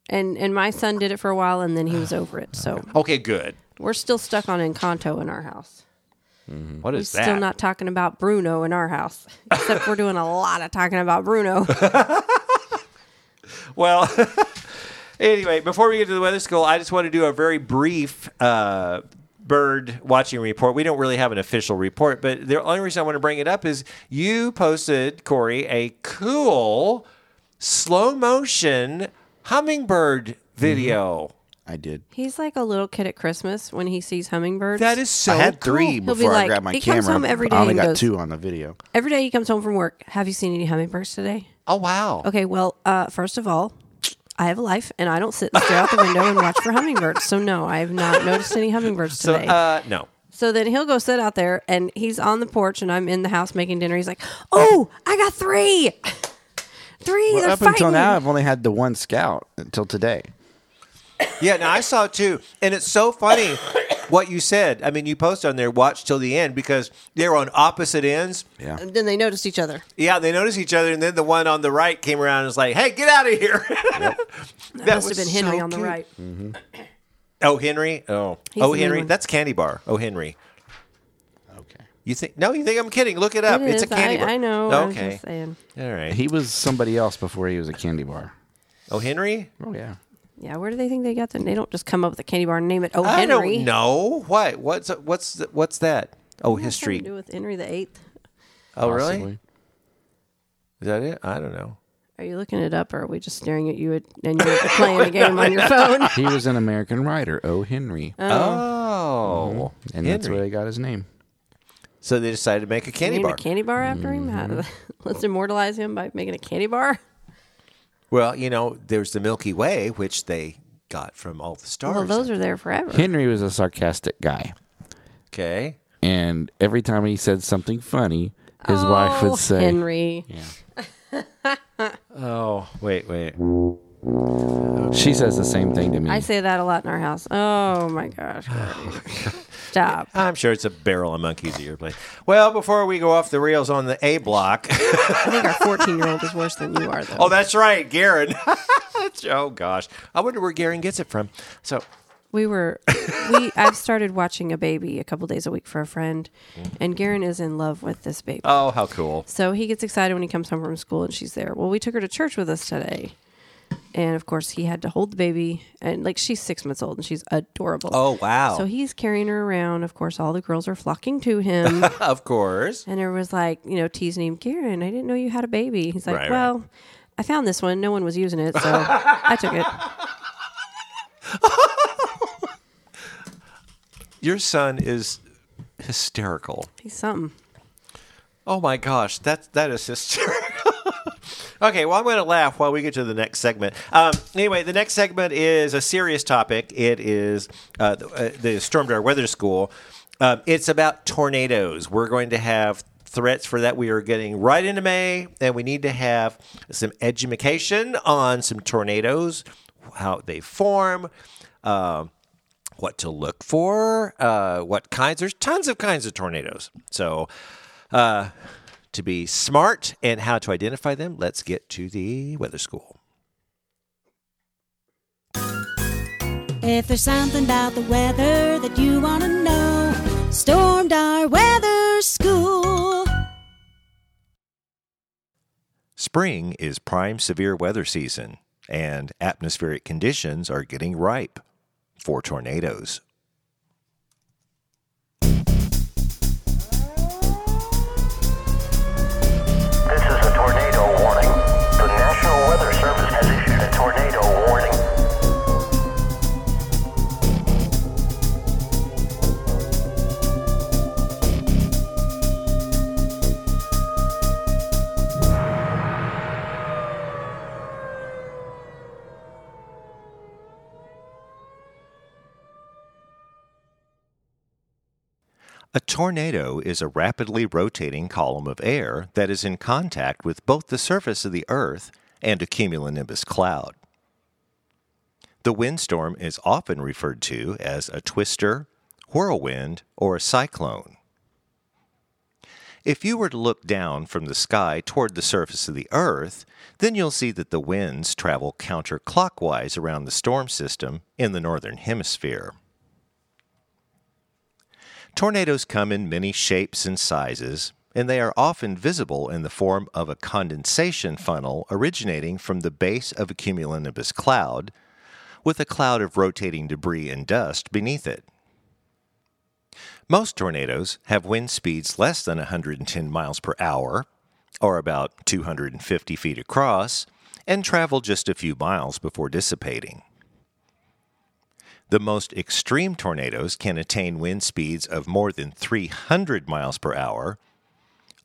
Speaker 3: and and my son did it for a while, and then he was over it. So
Speaker 1: okay, good.
Speaker 3: we're still stuck on Encanto in our house.
Speaker 4: Hmm.
Speaker 1: What is that?
Speaker 3: Still not talking about Bruno in our house, except we're doing a lot of talking about Bruno.
Speaker 1: Well, anyway, before we get to the weather school, I just want to do a very brief uh, bird watching report. We don't really have an official report, but the only reason I want to bring it up is you posted, Corey, a cool slow motion hummingbird video.
Speaker 2: I did.
Speaker 3: He's like a little kid at Christmas when he sees hummingbirds.
Speaker 1: That is so
Speaker 2: I had
Speaker 1: cool.
Speaker 3: be
Speaker 2: three before I
Speaker 3: like-
Speaker 2: grabbed my
Speaker 3: he
Speaker 2: camera.
Speaker 3: comes home every day
Speaker 2: I only
Speaker 3: and
Speaker 2: got
Speaker 3: goes-
Speaker 2: two on the video.
Speaker 3: every day he comes home from work. Have you seen any hummingbirds today?
Speaker 1: Oh wow.
Speaker 3: Okay, well, uh, first of all, I have a life, and I don't sit and stare out the window and watch for hummingbirds. So no, I have not noticed any hummingbirds
Speaker 1: So
Speaker 3: today.
Speaker 1: uh no.
Speaker 3: So then he'll go sit out there and he's on the porch and I'm in the house making dinner. He's like, Oh, I got three. Three.
Speaker 2: Well,
Speaker 3: they're
Speaker 2: up
Speaker 3: fighting.
Speaker 2: until now, I've only had the one scout until today.
Speaker 1: Yeah, no, I saw two, and it's so funny what you said. I mean, you posted on there, watch till the end because they're on opposite ends.
Speaker 2: Yeah.
Speaker 3: And then they noticed each other.
Speaker 1: Yeah, they noticed each other, and then the one on the right came around and was like, "Hey, get out of here!" that
Speaker 3: Must have
Speaker 1: was
Speaker 3: been Henry
Speaker 1: so
Speaker 3: on the
Speaker 1: cute.
Speaker 3: right.
Speaker 1: Oh, Henry. Oh,
Speaker 3: He's
Speaker 1: oh,
Speaker 3: the new
Speaker 1: Henry.
Speaker 3: one.
Speaker 1: That's candy bar. Oh, Henry.
Speaker 2: Okay.
Speaker 1: You think? No, you think I'm kidding? Look it up.
Speaker 3: It
Speaker 1: it's
Speaker 3: is.
Speaker 1: a candy
Speaker 3: I,
Speaker 1: bar.
Speaker 3: I know. I was
Speaker 1: Okay.
Speaker 3: just saying.
Speaker 1: All right.
Speaker 2: He was somebody else before he was a candy bar.
Speaker 1: Oh, Henry.
Speaker 2: Oh yeah.
Speaker 3: Yeah, where do they think they got them? They don't just come up with a candy bar and name it Oh
Speaker 1: I
Speaker 3: Henry.
Speaker 1: don't know. What? What's what's what's that? Oh,
Speaker 3: It has something to
Speaker 1: history.
Speaker 3: do with Henry the Eighth.
Speaker 1: Oh, really?
Speaker 2: Possibly.
Speaker 1: Is that it? I don't know.
Speaker 3: Are you looking it up or are we just staring at you at, and you're playing a game on your phone?
Speaker 2: He was an American writer, O. Henry,
Speaker 3: Oh.
Speaker 1: Oh,
Speaker 2: and that's
Speaker 1: Henry.
Speaker 2: where they got his name.
Speaker 1: so they decided to make a candy
Speaker 3: Name
Speaker 1: bar. Mm-hmm.
Speaker 3: a candy bar after him? How- Let's immortalize him by making a candy bar?
Speaker 1: well, you know, there's the Milky Way, which they got from all the stars.
Speaker 3: Well, those are there forever.
Speaker 2: Henry was a sarcastic guy,
Speaker 1: okay.
Speaker 2: and every time he said something funny, his wife
Speaker 3: Oh,
Speaker 2: would say,
Speaker 3: Henry.
Speaker 1: Oh, wait, wait.
Speaker 2: "She says the same thing to me."
Speaker 3: I say that a lot in our house. Oh my gosh. Gordy. Stop.
Speaker 1: I'm sure it's a barrel of monkeys at your place. Well, before we go off the rails on the A block.
Speaker 3: I think our 14 year old is worse than you are, though.
Speaker 1: oh, that's right, Garen. That's- oh gosh, I wonder where Garen gets it from. So,
Speaker 3: We were, we, I've started watching a baby a couple days a week for a friend,
Speaker 1: Mm.
Speaker 3: and Garen is in love with this baby.
Speaker 1: oh, how cool.
Speaker 3: So he gets excited when he comes home from school and she's there. Well, we took her to church with us today. And of course, he had to hold the baby. And like, she's six months old and she's adorable.
Speaker 1: Oh wow.
Speaker 3: So he's carrying her around. Of course, all the girls are flocking to him.
Speaker 1: of course.
Speaker 3: And everyone was like, you know, teasing him, Garen, I didn't know you had a baby. He's like,
Speaker 1: Right, right.
Speaker 3: well, I found this one. No one was using it, so I took it.
Speaker 1: Your son is hysterical.
Speaker 3: He's something.
Speaker 1: Oh my gosh, that that is hysterical. okay, well I'm going to laugh while we get to the next segment. Um, anyway, the next segment is a serious topic. It is uh, the, uh, the Storm Door Weather School. Um, it's about tornadoes. We're going to have threats for that. We are getting right into May, and we need to have some education on some tornadoes, how they form. Um, what to look for, uh, what kinds. There's tons of kinds of tornadoes. So, uh, to be smart and how to identify them, let's get to the weather school.
Speaker 5: If there's something about the weather that you want to know, stormed our weather school.
Speaker 1: Spring is prime severe weather season, and atmospheric conditions are getting ripe for tornadoes.
Speaker 6: This is a tornado warning. The National Weather Service has issued a tornado warning.
Speaker 1: A tornado is a rapidly rotating column of air that is in contact with both the surface of the Earth and a cumulonimbus cloud. The windstorm is often referred to as a twister, whirlwind, or a cyclone. If you were to look down from the sky toward the surface of the Earth, then you'll see that the winds travel counterclockwise around the storm system in the northern hemisphere. Tornadoes come in many shapes and sizes, and they are often visible in the form of a condensation funnel originating from the base of a cumulonimbus cloud, with a cloud of rotating debris and dust beneath it. Most tornadoes have wind speeds less than 110 miles per hour, or about 250 feet across, and travel just a few miles before dissipating. The most extreme tornadoes can attain wind speeds of more than 300 miles per hour,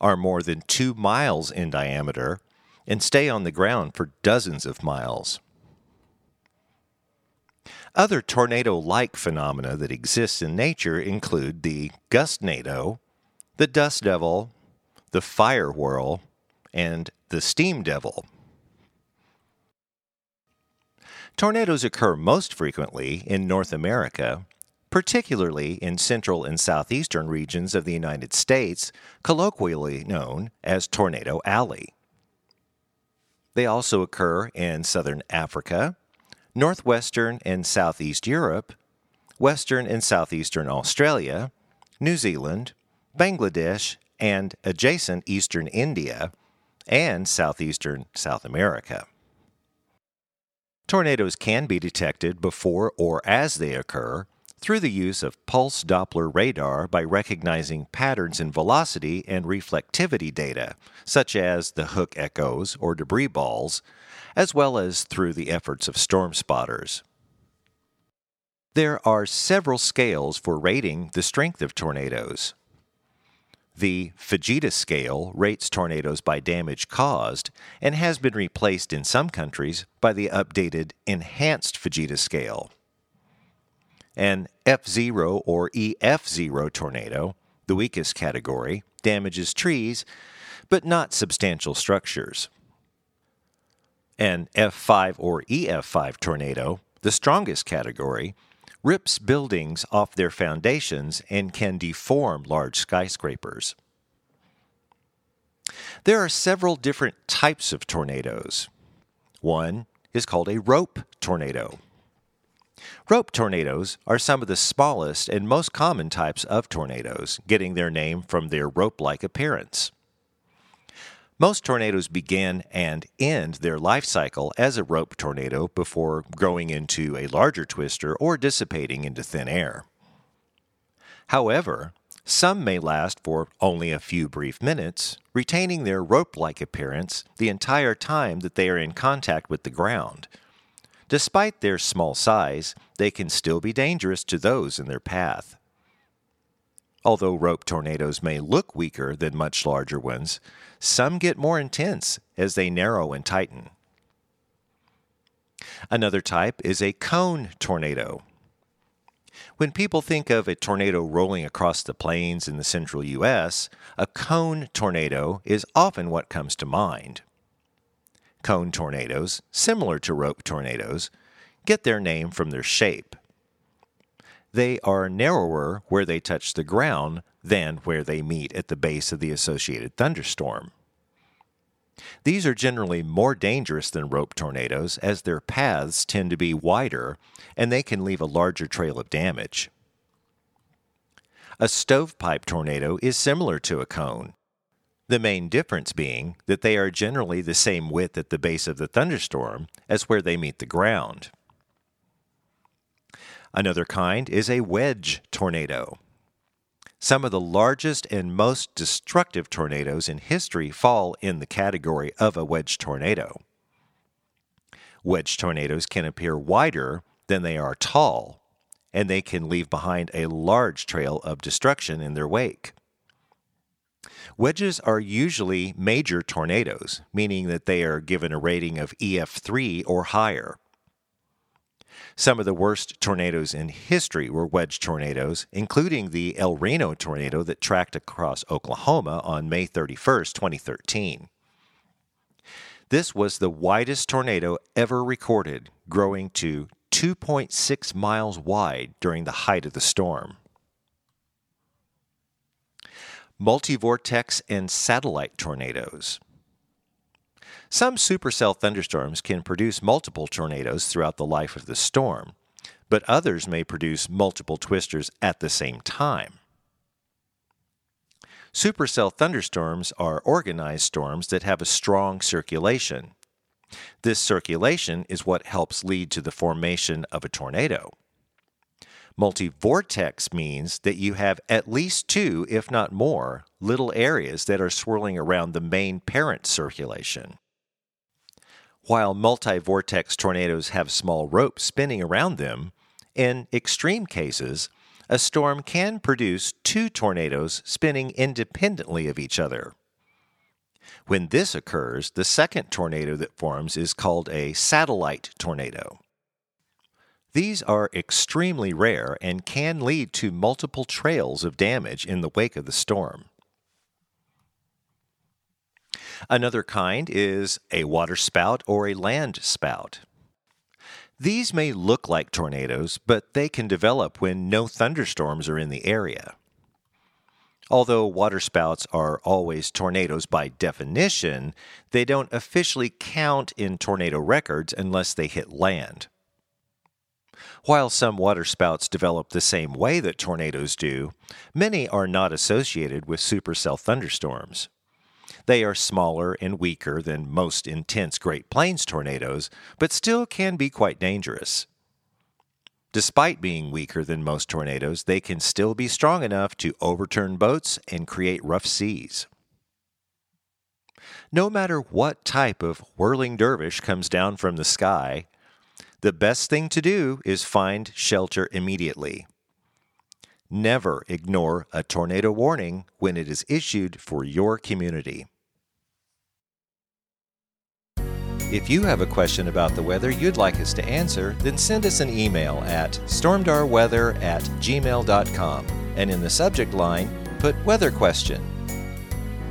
Speaker 1: are more than two miles in diameter, and stay on the ground for dozens of miles. Other tornado like phenomena that exist in nature include the gustnado, the dust devil, the fire whirl, and the steam devil. Tornadoes occur most frequently in North America, particularly in central and southeastern regions of the United States, colloquially known as Tornado Alley. They also occur in southern Africa, northwestern and southeast Europe, western and southeastern Australia, New Zealand, Bangladesh, and adjacent eastern India, and southeastern South America. Tornadoes can be detected before or as they occur through the use of pulse Doppler radar by recognizing patterns in velocity and reflectivity data, such as the hook echoes or debris balls, as well as through the efforts of storm spotters. There are several scales for rating the strength of tornadoes. The Fujita scale rates tornadoes by damage caused and has been replaced in some countries by the updated Enhanced Fujita scale. An F0 or EF0 tornado, the weakest category, damages trees but not substantial structures. An F5 or EF5 tornado, the strongest category, rips buildings off their foundations and can deform large skyscrapers. There are several different types of tornadoes. One is called a rope tornado. Rope tornadoes are some of the smallest and most common types of tornadoes, getting their name from their rope like appearance. Most tornadoes begin and end their life cycle as a rope tornado before growing into a larger twister or dissipating into thin air. However, some may last for only a few brief minutes, retaining their rope like appearance the entire time that they are in contact with the ground. Despite their small size, they can still be dangerous to those in their path. Although rope tornadoes may look weaker than much larger ones, some get more intense as they narrow and tighten. Another type is a cone tornado. When people think of a tornado rolling across the plains in the central U.S., a cone tornado is often what comes to mind. Cone tornadoes, similar to rope tornadoes, get their name from their shape they are narrower where they touch the ground than where they meet at the base of the associated thunderstorm. These are generally more dangerous than rope tornadoes as their paths tend to be wider and they can leave a larger trail of damage. A stovepipe tornado is similar to a cone, the main difference being that they are generally the same width at the base of the thunderstorm as where they meet the ground. Another kind is a wedge tornado. Some of the largest and most destructive tornadoes in history fall in the category of a wedge tornado. Wedge tornadoes can appear wider than they are tall, and they can leave behind a large trail of destruction in their wake. Wedges are usually major E tornadoes, meaning that they are given a rating of EF3 or higher. Some of the worst tornadoes in history were wedge tornadoes, including the El Reno tornado that tracked across Oklahoma on May 31st, 2013. This was the widest tornado ever recorded, growing to 2.6 miles wide during the height of the storm. Multivortex and satellite tornadoes. Some supercell thunderstorms can produce multiple tornadoes throughout the life of the storm, but others may produce multiple twisters at the same time. Supercell thunderstorms are organized storms that have a strong circulation. This circulation is what helps lead to the formation of a tornado. Multivortex means that you have at least two, if not more, little areas that are swirling around the main parent circulation. While multivortex tornadoes have small ropes spinning around them, in extreme cases, a storm can produce two tornadoes spinning independently of each other. When this occurs, the second tornado that forms is called a satellite tornado. These are extremely rare and can lead to multiple trails of damage in the wake of the storm. Another kind is a waterspout or a land spout. These may look like tornadoes, but they can develop when no thunderstorms are in the area. Although waterspouts are always tornadoes by definition, they don't officially count in tornado records unless they hit land. While some waterspouts develop the same way that tornadoes do, many are not associated with supercell thunderstorms. They are smaller and weaker than most intense Great Plains tornadoes, but still can be quite dangerous. Despite being weaker than most tornadoes, they can still be strong enough to overturn boats and create rough seas. No matter what type of whirling dervish comes down from the sky, the best thing to do is find shelter immediately. Never ignore a tornado warning when it is issued for your community. If you have a question about the weather you'd like us to answer, then send us an email at stormdarweather at gmail.com and in the subject line, put weather question.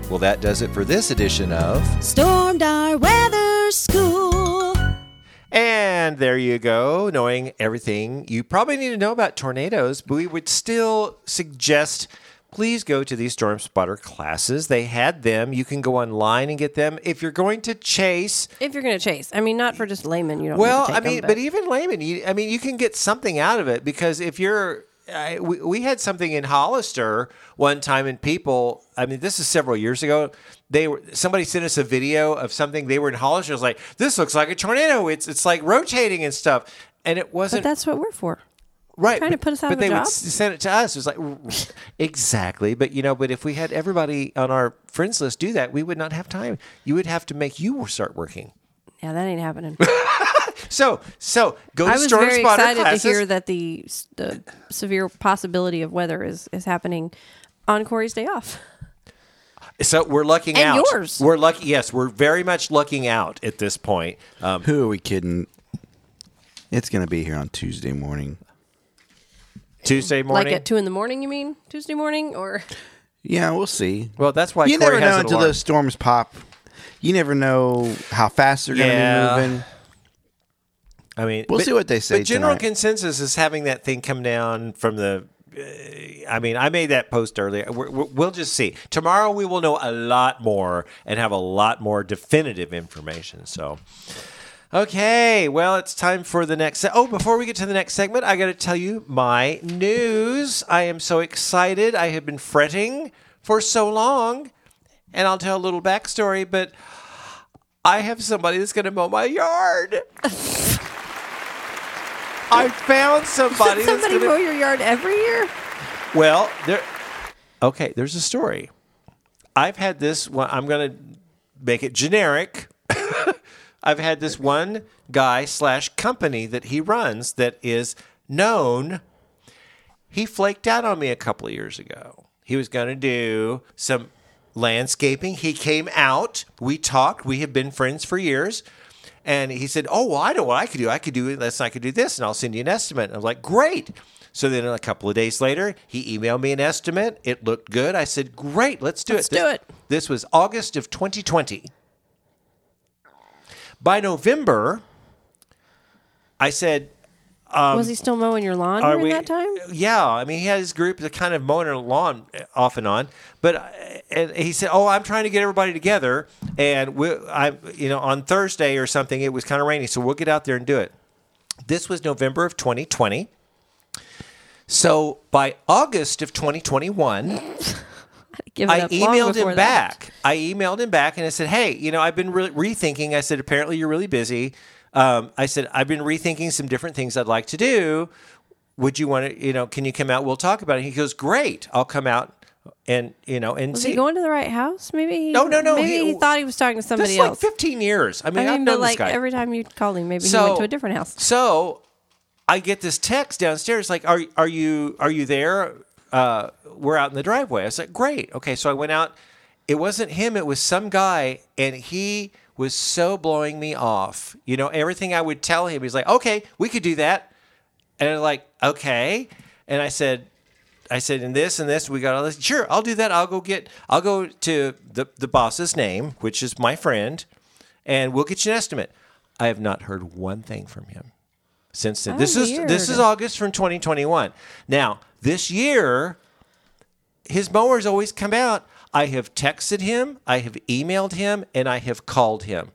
Speaker 1: Well, that does it for this edition of.
Speaker 5: Stormed our weather school.
Speaker 1: And there you go, knowing everything you probably need to know about tornadoes, but we would still suggest please go to these storm spotter classes. They had them. You can go online and get them. If you're going to chase,
Speaker 3: If you're going to chase, I mean, not for just laymen. You don't.
Speaker 1: well,
Speaker 3: need to
Speaker 1: I
Speaker 3: take
Speaker 1: mean,
Speaker 3: 'em,
Speaker 1: but, even layman, you, I mean, you can get something out of it because if you're, I, we, we had something in Hollister one time, and people, I mean, this is several years ago. They were somebody sent us a video of something they were in Hollister. It was like, this looks like a tornado. It's it's like rotating and stuff, and it
Speaker 3: but
Speaker 1: wasn't
Speaker 3: that's what we're for.
Speaker 1: right
Speaker 3: trying to
Speaker 1: but-
Speaker 3: put us out
Speaker 1: but
Speaker 3: of a
Speaker 1: they would
Speaker 3: job?
Speaker 1: s- send it to us it was like exactly but you know but if we had everybody on our friends list do that we would not have time you would have to make you start working
Speaker 3: Yeah, that ain't happening.
Speaker 1: so so go to
Speaker 3: I was
Speaker 1: storm
Speaker 3: very
Speaker 1: spotter
Speaker 3: excited
Speaker 1: classes.
Speaker 3: to hear that the, s- the severe possibility of weather is is happening on Corey's day off.
Speaker 1: so we're lucking
Speaker 3: And
Speaker 1: out
Speaker 3: yours.
Speaker 1: we're lucky yes we're very much lucking out at this point um,
Speaker 2: Who are we kidding? It's going to be here on Tuesday morning.
Speaker 1: tuesday morning
Speaker 3: Like at two in the morning, you mean Tuesday morning, or
Speaker 2: Yeah, we'll see.
Speaker 1: well that's why
Speaker 2: you
Speaker 1: Corey
Speaker 2: never
Speaker 1: has
Speaker 2: know
Speaker 1: an
Speaker 2: until
Speaker 1: alarm.
Speaker 2: those storms pop. You never know how fast they're going to
Speaker 1: Yeah.
Speaker 2: be moving.
Speaker 1: I mean,
Speaker 2: We'll see what they say
Speaker 1: But general
Speaker 2: tonight.
Speaker 1: consensus is having that thing come down from the. uh, I mean, I made that post earlier. We're, we're, we'll just see. Tomorrow we will know a lot more and have a lot more definitive information. So, okay, well, it's time for the next. Se- oh, before we get to the next segment, I got to tell you my news. I am so excited. I have been fretting for so long, and I'll tell a little backstory. But I have somebody that's going to mow my yard. I found somebody. that's
Speaker 3: somebody
Speaker 1: gonna-
Speaker 3: mow your yard every year?
Speaker 1: well, there. Okay, there's a story. I've had this one. I'm going to make it generic. I've had this one guy slash company that he runs that is known. He flaked out on me a couple of years ago. He was going to do some landscaping. He came out. We talked. We have been friends for years. And he said, "Oh, well, I know what I could do. I could do this. And I could do this, and I'll send you an estimate." And I was like, "Great." So then, a couple of days later, he emailed me an estimate. It looked good. I said, "Great, let's do
Speaker 3: Let's
Speaker 1: it." This-
Speaker 3: do it.
Speaker 1: This was August of 2020. By November, I said,
Speaker 3: was he still mowing your lawn
Speaker 1: Um, are
Speaker 3: during
Speaker 1: we-
Speaker 3: that time?
Speaker 1: Yeah, I mean, he had his group that kind of mowing their lawn off and on. But uh, and he said, "Oh, I'm trying to get everybody together, and we, I, you know, on Thursday or something, it was kind of rainy, so we'll get out there and do it." This was November of 2020. So by August of 2021.
Speaker 3: Give it
Speaker 1: I
Speaker 3: up long
Speaker 1: emailed
Speaker 3: before
Speaker 1: him
Speaker 3: that.
Speaker 1: back. I emailed him back and I said, "Hey, you know, I've been re- rethinking." I said, "Apparently, you're really busy." Um, I said, "I've been rethinking some different things I'd like to do. Would you want to? You know, can you come out? We'll talk about it." He goes, "Great, I'll come out and you know and
Speaker 3: Was
Speaker 1: see."
Speaker 3: he going to the right house? Maybe. He,
Speaker 1: No, no, no,
Speaker 3: Maybe he,
Speaker 1: he-
Speaker 3: thought he was talking to
Speaker 1: this
Speaker 3: somebody
Speaker 1: is
Speaker 3: else.
Speaker 1: like 15 years. I mean, I
Speaker 3: I
Speaker 1: have
Speaker 3: mean,
Speaker 1: known
Speaker 3: but like
Speaker 1: this guy.
Speaker 3: every time you'd call him, maybe he went to a different house.
Speaker 1: So I get this text downstairs, like, "Are are you are you there?" Uh, we're out in the driveway. I was like, "Great, okay." So I went out. It wasn't him. It was some guy, and he was so blowing me off. You know, everything I would tell him, he's like, "Okay, we could do that," and I'm like, "Okay," and I said. I said, and this and this, we got all this. Sure, I'll do that. I'll go get, I'll go to the, the boss's name, which is my friend, and we'll get you an estimate. I have not heard one thing from him since then.
Speaker 3: How
Speaker 1: this is this
Speaker 3: weird.
Speaker 1: is August from 2021. Now this year, his mowers always come out. I have texted him, I have emailed him, and I have called him.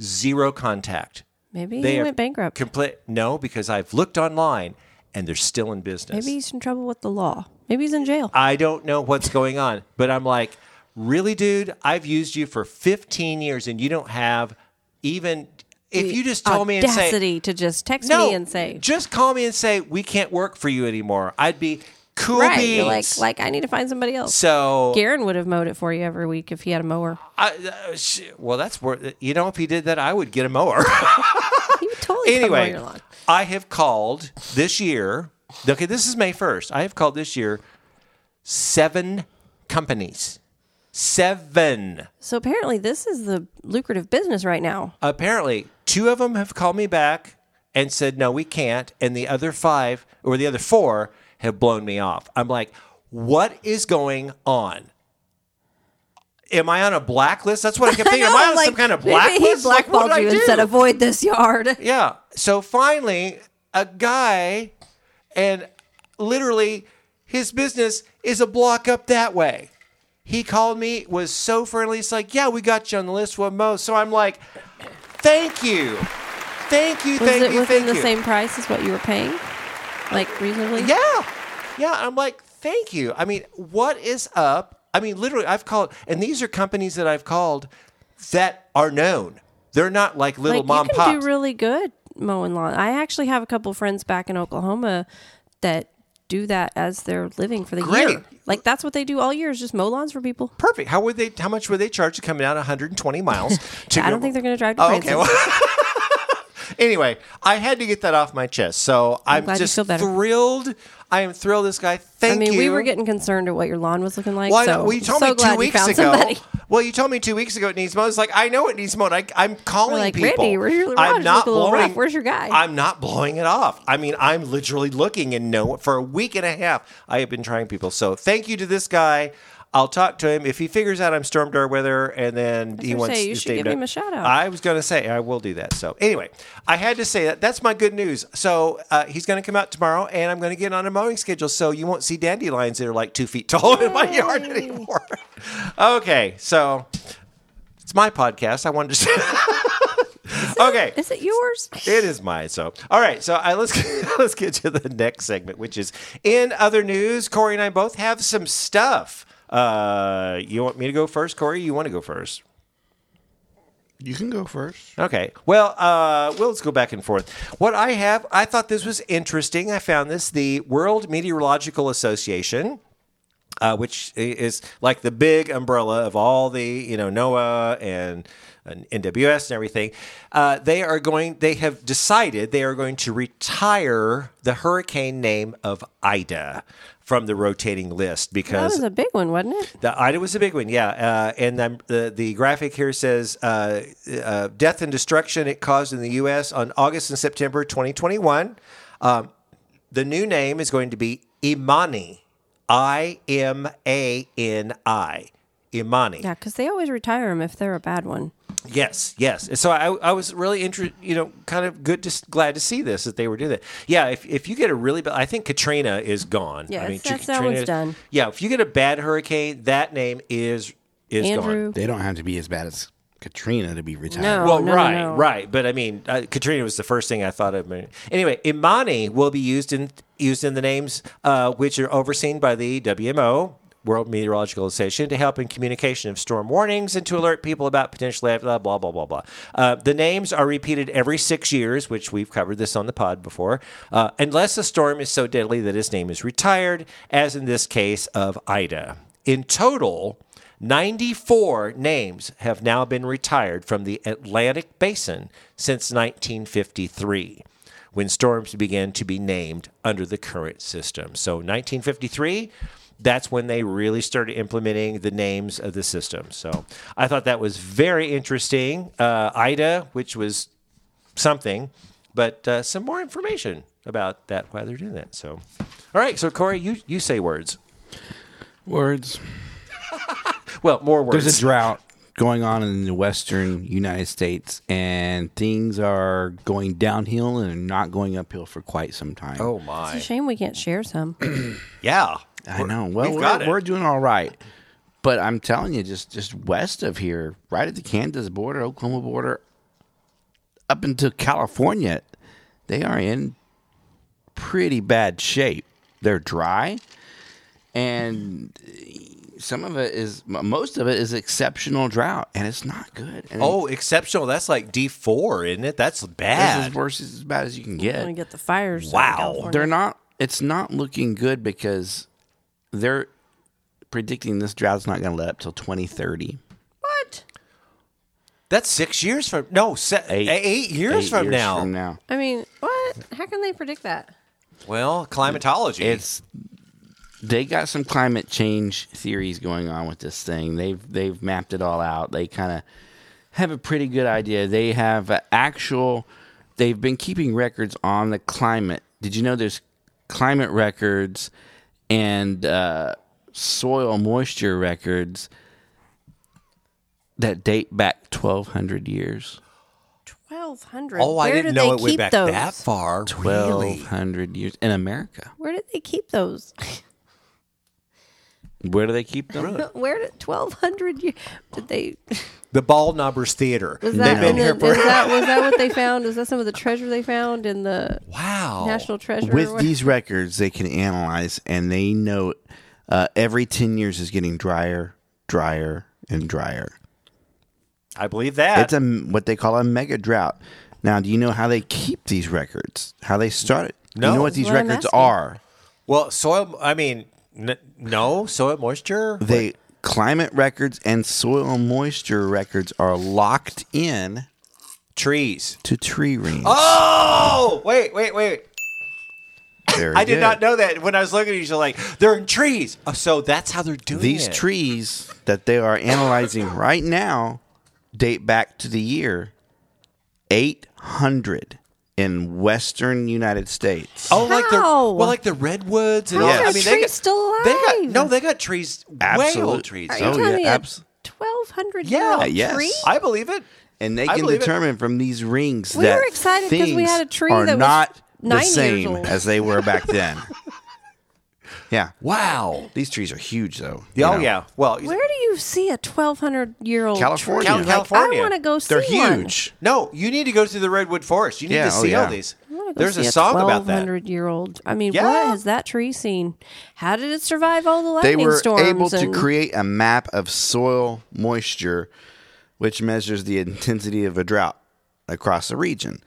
Speaker 1: Zero contact.
Speaker 3: Maybe
Speaker 1: They
Speaker 3: he
Speaker 1: are
Speaker 3: went bankrupt.
Speaker 1: Compli- no, because I've looked online, and they're still in business.
Speaker 3: Maybe he's in trouble with the law. Maybe he's in jail.
Speaker 1: I don't know what's going on. But I'm like, really, dude, I've used you for 15 years and you don't have even, if you just told me and say,
Speaker 3: audacity to just text
Speaker 1: no,
Speaker 3: me and say,
Speaker 1: just call me and say, we can't work for you anymore. I'd be cool
Speaker 3: right?
Speaker 1: beans.
Speaker 3: You're like, like I need to find somebody else.
Speaker 1: so,
Speaker 3: Garen would have mowed it for you every week if he had a mower.
Speaker 1: I, uh, sh- well, that's worth it. You know, if he did that, I would get a mower.
Speaker 3: He would totally come mow
Speaker 1: anyway,
Speaker 3: your lawn.
Speaker 1: I have called this year. Okay, this is May 1st. I have called this year seven companies. Seven.
Speaker 3: So apparently, this is the lucrative business right now.
Speaker 1: apparently two of them have called me back and said no we can't and the other five or the other four have blown me off i'm like what is going on am i on a blacklist that's what i kept thinking am i on some kind of blacklist
Speaker 3: Maybe he
Speaker 1: Like, what
Speaker 3: blackballed
Speaker 1: did
Speaker 3: you
Speaker 1: I
Speaker 3: and
Speaker 1: do?
Speaker 3: said, "Avoid this yard."
Speaker 1: Yeah. So finally, a guy, and literally his business is a block up that way. He called me, was so friendly. It's like, yeah, we got you on the list. What most? So I'm like, thank you. Thank you.
Speaker 3: Was
Speaker 1: Thank
Speaker 3: it
Speaker 1: you.
Speaker 3: within
Speaker 1: Thank
Speaker 3: the
Speaker 1: you.
Speaker 3: same price as what you were paying? Like reasonably?
Speaker 1: Yeah. Yeah. I'm like, thank you. I mean, what is up? I mean, literally, I've called, and these are companies that I've called that are known. They're not like little
Speaker 3: like,
Speaker 1: mom
Speaker 3: you can
Speaker 1: pops.
Speaker 3: do really good mowing lawn. I actually have a couple friends back in Oklahoma that do that as their living for the
Speaker 1: Great.
Speaker 3: year. Like that's what they do all year is just mow lawns for people.
Speaker 1: Perfect. How would they? How much would they charge to come down 120 miles? To
Speaker 3: I don't
Speaker 1: go-
Speaker 3: think they're going to drive to
Speaker 1: Oh,
Speaker 3: Branson.
Speaker 1: okay. Well, anyway, I had to get that off my chest, so I'm,
Speaker 3: glad you
Speaker 1: just
Speaker 3: feel better.
Speaker 1: thrilled. I am thrilled. This guy. Thank
Speaker 3: I mean,
Speaker 1: you.
Speaker 3: we were getting concerned at what your lawn was looking like.
Speaker 1: Why
Speaker 3: so
Speaker 1: well, you told
Speaker 3: so
Speaker 1: me
Speaker 3: glad
Speaker 1: two
Speaker 3: you
Speaker 1: weeks
Speaker 3: found
Speaker 1: ago.
Speaker 3: somebody.
Speaker 1: Well, you told me two weeks ago it needs mowed. It's like I know it needs mowed. I, I'm calling
Speaker 3: We're like,
Speaker 1: people.
Speaker 3: "Randy, where's your
Speaker 1: I'm
Speaker 3: garage? It
Speaker 1: not
Speaker 3: look a little
Speaker 1: blowing.
Speaker 3: rough. Where's your guy?"
Speaker 1: I'm not blowing it off. I mean, I'm literally looking and no. For a week and a half, I have been trying people. So thank you to this guy. I'll talk to him if he figures out I'm Storm Door Weather, and then he
Speaker 3: gonna
Speaker 1: wants
Speaker 3: say, you
Speaker 1: his
Speaker 3: should
Speaker 1: name
Speaker 3: give
Speaker 1: done.
Speaker 3: him a shout out.
Speaker 1: I was going to say I will do that. So anyway, I had to say that. That's my good news. So uh, he's going to come out tomorrow, and I'm going to get on a mowing schedule, so you won't see dandelions that are like two feet tall in my yard anymore. okay, so it's my podcast. I wanted to say. okay.
Speaker 3: Is it yours?
Speaker 1: It is mine. So, all right. So, I, let's let's get to the next segment, which is in other news. Corey and I both have some stuff. Uh, you want me to go first, Corey? You want to go first?
Speaker 2: You can go first.
Speaker 1: Okay. Well, uh, well, let's go back and forth. What I have, I thought this was interesting. I found this the World Meteorological Association uh, which i- is like the big umbrella of all the you know NOAA and, and NWS and everything. Uh, they are going. They have decided they are going to retire the hurricane name of Ida from the rotating list
Speaker 3: That
Speaker 1: because
Speaker 3: was a big one, wasn't it?
Speaker 1: the Ida was a big one, yeah. Uh, and then the the graphic here says uh, uh, death and destruction it caused in the U.S. on August and September 2021. Um, the new name is going to be Imani, I M A N I, Imani.
Speaker 3: Yeah, because they always retire them if they're a bad one.
Speaker 1: Yes, yes. And so I, I was really interested, you know, kind of good, to, s- glad to see this that they were doing that. Yeah, if, if you get a really bad, I think Katrina is gone. I
Speaker 3: Yeah, it's- that's- that one's done.
Speaker 1: Yeah, if you get a bad hurricane, that name is is gone.
Speaker 3: Andrew.
Speaker 2: They don't have to be as bad as Katrina to be retired.
Speaker 3: No.
Speaker 1: Well,
Speaker 3: no, no,
Speaker 1: right,
Speaker 3: no.
Speaker 1: right. But I mean, uh, Katrina was the first thing I thought of. Anyway, Imani will be used in used in the names uh, which are overseen by the WMO. World Meteorological Association to help in communication of storm warnings and to alert people about potential blah blah blah blah blah. Uh, the names are repeated every six years, which we've covered this on the pod before, uh, unless the storm is so deadly that its name is retired, as in this case of Ida. In total, 94 names have now been retired from the Atlantic basin since 1953, when storms began to be named under the current system. So, 1953, that's when they really started implementing the names of the system. So, I thought that was very interesting. Uh, Ida, which was something, but uh, some more information about that, why they're doing that. So, all right. So, Corey, you, you say words.
Speaker 2: Words.
Speaker 1: Well, more words.
Speaker 2: There's a drought going on in the western United States, and things are going downhill and not going uphill for quite some time.
Speaker 1: Oh
Speaker 3: It's a
Speaker 1: my!
Speaker 3: shame we can't share some.
Speaker 1: Yeah,
Speaker 2: I know. Well,
Speaker 1: we've
Speaker 2: we're,
Speaker 1: got it.
Speaker 2: we're doing all right. But I'm telling you, just just west of here, right at the Kansas border, Oklahoma border, up into California, they are in pretty bad shape. They're dry, and some of it is, most of it is exceptional drought, and it's not good. And
Speaker 1: Oh, exceptional. That's like D4, isn't it? That's
Speaker 2: this is
Speaker 1: bad.
Speaker 2: worse, as bad as you can
Speaker 3: I'm
Speaker 2: get.
Speaker 3: gonna get the fires. out of
Speaker 1: Wow.
Speaker 3: California.
Speaker 2: they're not it's not looking good because they're predicting this drought's not going to let up till 2030
Speaker 3: what?
Speaker 1: That's six years from, no, se- eight, eight years,
Speaker 2: Eight
Speaker 1: from, now.
Speaker 2: from now
Speaker 3: I mean, what? How can they predict that?
Speaker 1: Well, climatology.
Speaker 2: it's they got some climate change theories going on with this thing they've they've mapped it all out they kind of have a pretty good idea they have a actual they've been keeping records on the climate did you know there's climate records and uh, soil moisture records that date back 1200 years
Speaker 3: Twelve hundred.
Speaker 1: oh, I
Speaker 3: Where
Speaker 1: didn't
Speaker 3: do they
Speaker 1: know it went
Speaker 3: keep
Speaker 1: back
Speaker 3: those?
Speaker 1: that far. Really?
Speaker 2: 1200 years in america
Speaker 3: Where did they keep those?
Speaker 2: where do they keep them
Speaker 3: Where did twelve hundred years? Did they?
Speaker 1: The Ball Knobbers Theater.
Speaker 3: Was
Speaker 1: They've
Speaker 3: that,
Speaker 1: been
Speaker 3: in the,
Speaker 1: here
Speaker 3: is
Speaker 1: for-
Speaker 3: that was that what they found? Is that some of the treasure they found in the
Speaker 1: wow.
Speaker 3: national treasure? or
Speaker 2: with
Speaker 3: what-
Speaker 2: these records they can analyze and they know uh, every 10 years is getting drier drier and drier
Speaker 1: I believe that.
Speaker 2: it's a what they call a mega drought now do you know how they keep these records how they start it
Speaker 1: No.
Speaker 2: you know what these
Speaker 3: Well, I'm
Speaker 2: records
Speaker 3: asking.
Speaker 2: are
Speaker 1: well, soil, I mean, n- no, soil moisture.
Speaker 2: they climate records and soil moisture records are locked in
Speaker 1: trees.
Speaker 2: to tree rings
Speaker 1: Oh, wait, wait, wait.
Speaker 2: Very
Speaker 1: I did
Speaker 2: good.
Speaker 1: not know that. When I was looking at you, you're like, they're in trees. Oh, so that's how they're doing
Speaker 2: these
Speaker 1: it.
Speaker 2: trees that they are analyzing right now date back to the year 800 in western United States.
Speaker 1: Oh, like the
Speaker 3: How?
Speaker 1: well, like the redwoods and
Speaker 3: How
Speaker 1: all.
Speaker 2: are
Speaker 1: I mean, they
Speaker 3: trees
Speaker 1: got,
Speaker 3: still
Speaker 1: They got
Speaker 3: alive?
Speaker 1: no, they got trees, way old
Speaker 2: Absolute-
Speaker 1: trees.
Speaker 3: Are
Speaker 2: Oh,
Speaker 3: you telling
Speaker 2: yeah,
Speaker 3: me
Speaker 2: abs-
Speaker 3: a twelve hundred year
Speaker 1: yeah,
Speaker 3: old
Speaker 2: yes.
Speaker 3: tree?
Speaker 1: I believe it.
Speaker 2: and they
Speaker 1: I
Speaker 2: can
Speaker 1: believe it.
Speaker 2: determine from these rings
Speaker 3: We
Speaker 2: that
Speaker 3: were excited 'cause we
Speaker 2: things
Speaker 3: had a tree
Speaker 2: are
Speaker 3: that was
Speaker 2: not
Speaker 3: nine
Speaker 2: the
Speaker 3: years
Speaker 2: same
Speaker 3: old.
Speaker 2: as they were back then. yeah.
Speaker 1: Wow.
Speaker 2: These trees are huge though. you
Speaker 1: Yeah, oh
Speaker 2: know.
Speaker 1: yeah. Well,
Speaker 3: Where do you see a twelve hundred year old?
Speaker 2: California.
Speaker 1: Cal-
Speaker 2: Like,
Speaker 1: California.
Speaker 3: I want to go see
Speaker 2: They're
Speaker 3: one.
Speaker 2: huge.
Speaker 1: No, you need to go through the redwood forest. You need
Speaker 2: Yeah,
Speaker 1: to
Speaker 2: oh,
Speaker 1: see all
Speaker 2: yeah.
Speaker 1: these.
Speaker 3: I wanna go
Speaker 1: There's
Speaker 3: see
Speaker 1: a song about that.
Speaker 3: 1200 year old. I mean,
Speaker 1: Yeah.
Speaker 3: what has that tree seen? How did it survive all the
Speaker 2: They
Speaker 3: lightning
Speaker 2: were
Speaker 3: storms?
Speaker 2: able to
Speaker 3: and-
Speaker 2: create a map of soil moisture, which measures the intensity of a drought across a region.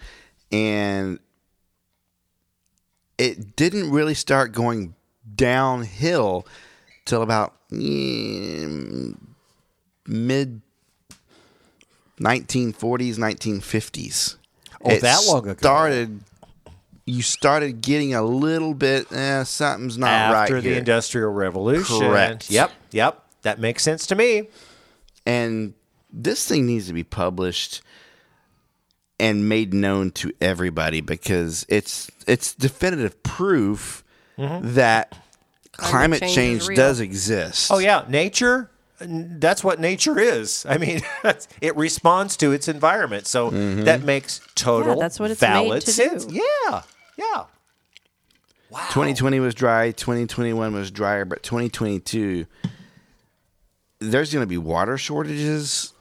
Speaker 2: And it didn't really start going downhill till about mm, mid 1940s, 1950s.
Speaker 1: Oh, that long ago.
Speaker 2: Started. You started getting a little bit. Eh, something's not
Speaker 1: after
Speaker 2: right
Speaker 1: the
Speaker 2: here.
Speaker 1: Industrial Revolution.
Speaker 2: Correct.
Speaker 1: Yep. Yep. That makes sense to me.
Speaker 2: and this thing needs to be published and made known to everybody because it's it's definitive proof
Speaker 1: Mm-hmm.
Speaker 2: that
Speaker 3: Climate
Speaker 2: climate,
Speaker 3: change is
Speaker 2: change,
Speaker 3: real.
Speaker 2: does exist.
Speaker 1: Oh yeah, nature. n- That's what nature is. I mean, it responds to its environment, so
Speaker 2: Mm-hmm.
Speaker 1: that makes total
Speaker 3: Yeah, that's what it's made
Speaker 1: valid
Speaker 3: to
Speaker 1: sense.
Speaker 3: do.
Speaker 1: Yeah, yeah. Wow.
Speaker 2: 2020 was dry, 2021 was drier, but 2022 there's going to be water shortages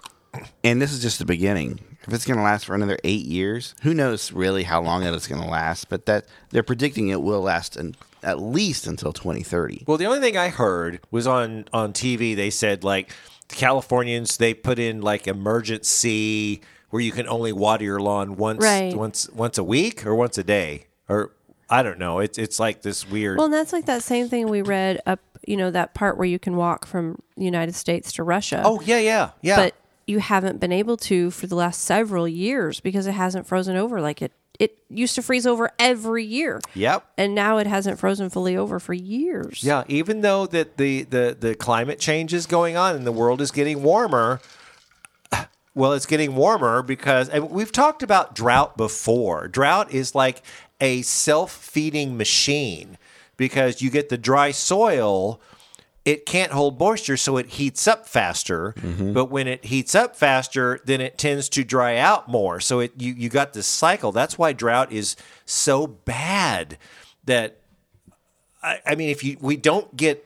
Speaker 2: and this is just the beginning. If it's going to last for another 8 years, who knows really how long that it's going to last, but that they're predicting it will last an, at least until 2030.
Speaker 1: Well, the only thing I heard was on on TV. They said like the Californians they put in like emergency where you can only water your lawn once
Speaker 3: Right.
Speaker 1: once once a week or once a day or I don't know. It's it's like this weird.
Speaker 3: Well, and that's like that same thing we read up, you know, that part where you can walk from the United States to Russia.
Speaker 1: oh yeah yeah yeah.
Speaker 3: But you haven't been able to for the last several years because it hasn't frozen over like it it used to freeze over every year.
Speaker 1: yep.
Speaker 3: And now it hasn't frozen fully over for years.
Speaker 1: Yeah, even though that the, the the climate change is going on and the world is getting warmer, well, it's getting warmer because and we've talked about drought before. Drought is like a self-feeding machine because you get the dry soil it can't hold moisture, so it heats up faster. But when it heats up faster, then it tends to dry out more. So it you, you got this cycle. That's why drought is so bad that I, I mean if you we don't get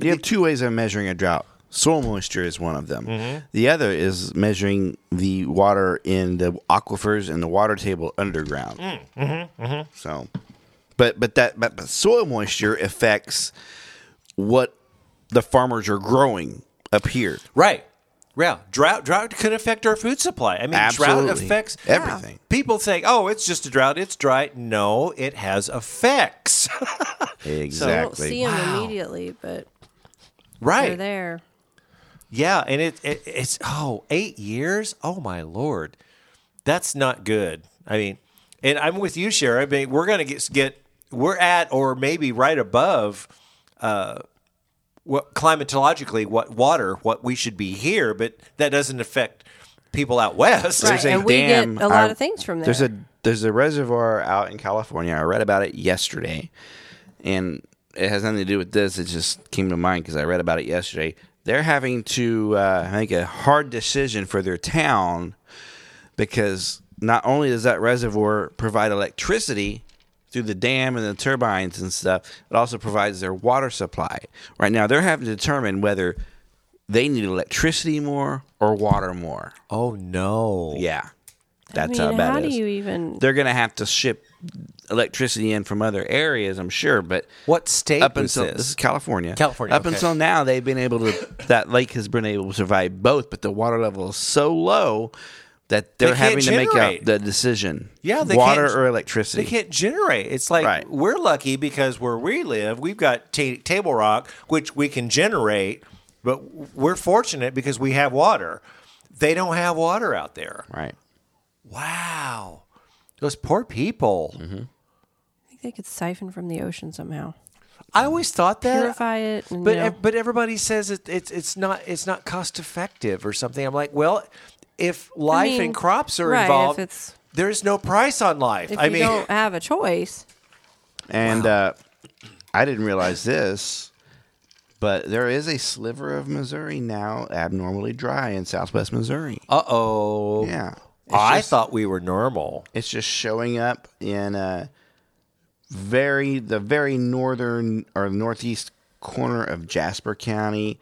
Speaker 2: You have two ways of measuring a drought. Soil moisture is one of them. The other is measuring the water in the aquifers and the water table underground. So, but but that but, but soil moisture affects what the farmers are growing up here.
Speaker 1: Right. Yeah. Drought drought could affect our food supply. I mean drought
Speaker 2: Absolutely.
Speaker 1: affects
Speaker 2: Everything.
Speaker 1: People think, oh, it's just a drought, it's dry. No, it has effects.
Speaker 3: You don't see
Speaker 2: Exactly.
Speaker 3: them immediately, but they're
Speaker 1: right.
Speaker 3: there.
Speaker 1: Yeah, and it, it it's oh eight years. Oh my lord, that's not good. I mean, and I'm with you, Sherry. I mean, we're gonna get get we're at or maybe right above, uh, what climatologically what water what we should be here, but that doesn't affect people out west.
Speaker 3: Right. And we get a lot of things from
Speaker 2: There's
Speaker 3: there.
Speaker 2: a there's a reservoir out in California. I read about it yesterday, and it has nothing to do with this. It just came to mind because I read about it yesterday. They're having to uh, make a hard decision for their town because not only does that reservoir provide electricity through the dam and the turbines and stuff, it also provides their water supply. Right now, they're having to determine whether they need electricity more or water more.
Speaker 1: Oh no.
Speaker 2: Yeah, that's
Speaker 3: I
Speaker 2: how
Speaker 3: mean,
Speaker 2: bad
Speaker 3: how
Speaker 2: it
Speaker 3: do
Speaker 2: is
Speaker 3: you even
Speaker 2: they're going to have to ship electricity in from other areas, I'm sure. But
Speaker 1: What state
Speaker 2: up
Speaker 1: was
Speaker 2: until
Speaker 1: this?
Speaker 2: this is California,
Speaker 1: California,
Speaker 2: Up
Speaker 1: okay.
Speaker 2: until now, they've been able to. that lake has been able to survive both, but the water level is so low that they're
Speaker 1: They can't
Speaker 2: having to make
Speaker 1: generate.
Speaker 2: a, the decision.
Speaker 1: Yeah, they
Speaker 2: water
Speaker 1: can't-
Speaker 2: or
Speaker 1: They
Speaker 2: electricity.
Speaker 1: can't generate. It's like
Speaker 2: Right.
Speaker 1: we're lucky because where we live, we've got ta Table Rock, which we can generate, but we're fortunate because we have water. They don't have water out there.
Speaker 2: Right.
Speaker 1: Wow. Those poor people.
Speaker 2: Mm-hmm.
Speaker 3: I think they could siphon from the ocean somehow.
Speaker 1: I always thought that.
Speaker 3: Purify it and,
Speaker 1: But
Speaker 3: you know.
Speaker 1: ev- but everybody says it, it's it's not it's not cost effective or something. I'm like, well, if life
Speaker 3: mean,
Speaker 1: and crops are
Speaker 3: right, if
Speaker 1: involved,
Speaker 3: it's-
Speaker 1: there's no price on life.
Speaker 3: If
Speaker 1: I
Speaker 3: you
Speaker 1: mean,
Speaker 3: don't have a choice,
Speaker 2: And uh, I didn't realize this, but there is a sliver of Missouri now abnormally dry in southwest Missouri.
Speaker 1: uh oh.
Speaker 2: Yeah. It's
Speaker 1: I
Speaker 2: just-
Speaker 1: thought we were normal.
Speaker 2: It's just showing up in uh very the very northern or northeast corner of Jasper County,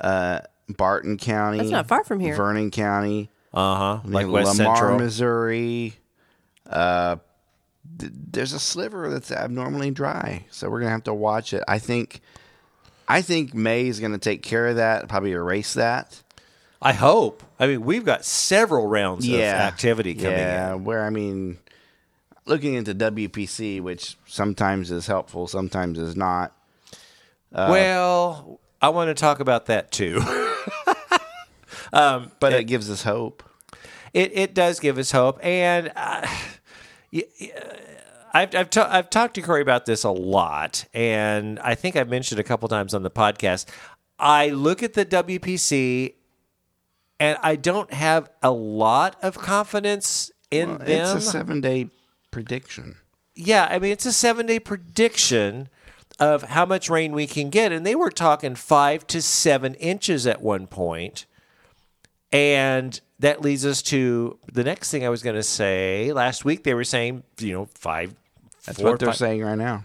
Speaker 2: uh, Barton County.
Speaker 3: That's not far from here.
Speaker 2: Vernon County,
Speaker 1: Uh huh. Like
Speaker 2: near
Speaker 1: West
Speaker 2: Uh-huh. Lamar,
Speaker 1: Central.
Speaker 2: Missouri. Uh, th- there's a sliver that's abnormally dry, so we're gonna have to watch it. I think, I think May is gonna take care of that. Probably erase that.
Speaker 1: I hope. I mean, we've got several rounds of activity coming
Speaker 2: yeah,
Speaker 1: in.
Speaker 2: where I mean, looking into WPC, which sometimes is helpful, sometimes is not.
Speaker 1: well, I want to talk about that too. Um,
Speaker 2: but it gives us hope.
Speaker 1: it it does give us hope, and uh, y- y- uh, I've I've, ta- I've talked to Corey about this a lot, and I think I've mentioned a couple times on the podcast. I look at the WPC, and I don't have a lot of confidence in
Speaker 2: It's
Speaker 1: them.
Speaker 2: a seven day prediction.
Speaker 1: yeah, I mean it's a seven day prediction of how much rain we can get, and they were talking five to seven inches at one point, and that leads us to the next thing I was going to say. Last week they were saying you know five.
Speaker 2: That's
Speaker 1: four,
Speaker 2: what they're
Speaker 1: five-
Speaker 2: saying right now.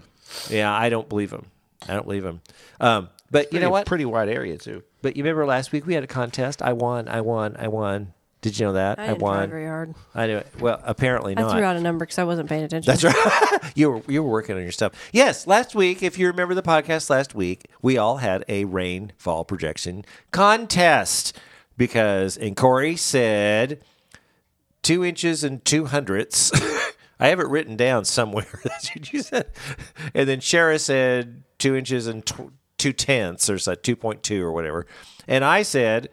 Speaker 1: Yeah, I don't believe them. I don't believe them. Um, but you
Speaker 2: Pretty-
Speaker 1: know what?
Speaker 2: Pretty wide area too.
Speaker 1: But you remember last week we had a contest. I won. I won. I won. Did you know that?
Speaker 3: I didn't try
Speaker 1: won.
Speaker 3: very hard.
Speaker 1: I knew it. Well, apparently
Speaker 3: I
Speaker 1: not.
Speaker 3: threw out a number because I wasn't paying attention.
Speaker 1: That's right. you were you were working on your stuff. Yes, last week, if you remember the podcast last week, we all had a rainfall projection contest because and Corey said two inches and two hundredths. I have it written down somewhere. That's what you said. And then Shara said two inches and tw- two tenths or so, 2.2 or whatever. And I said,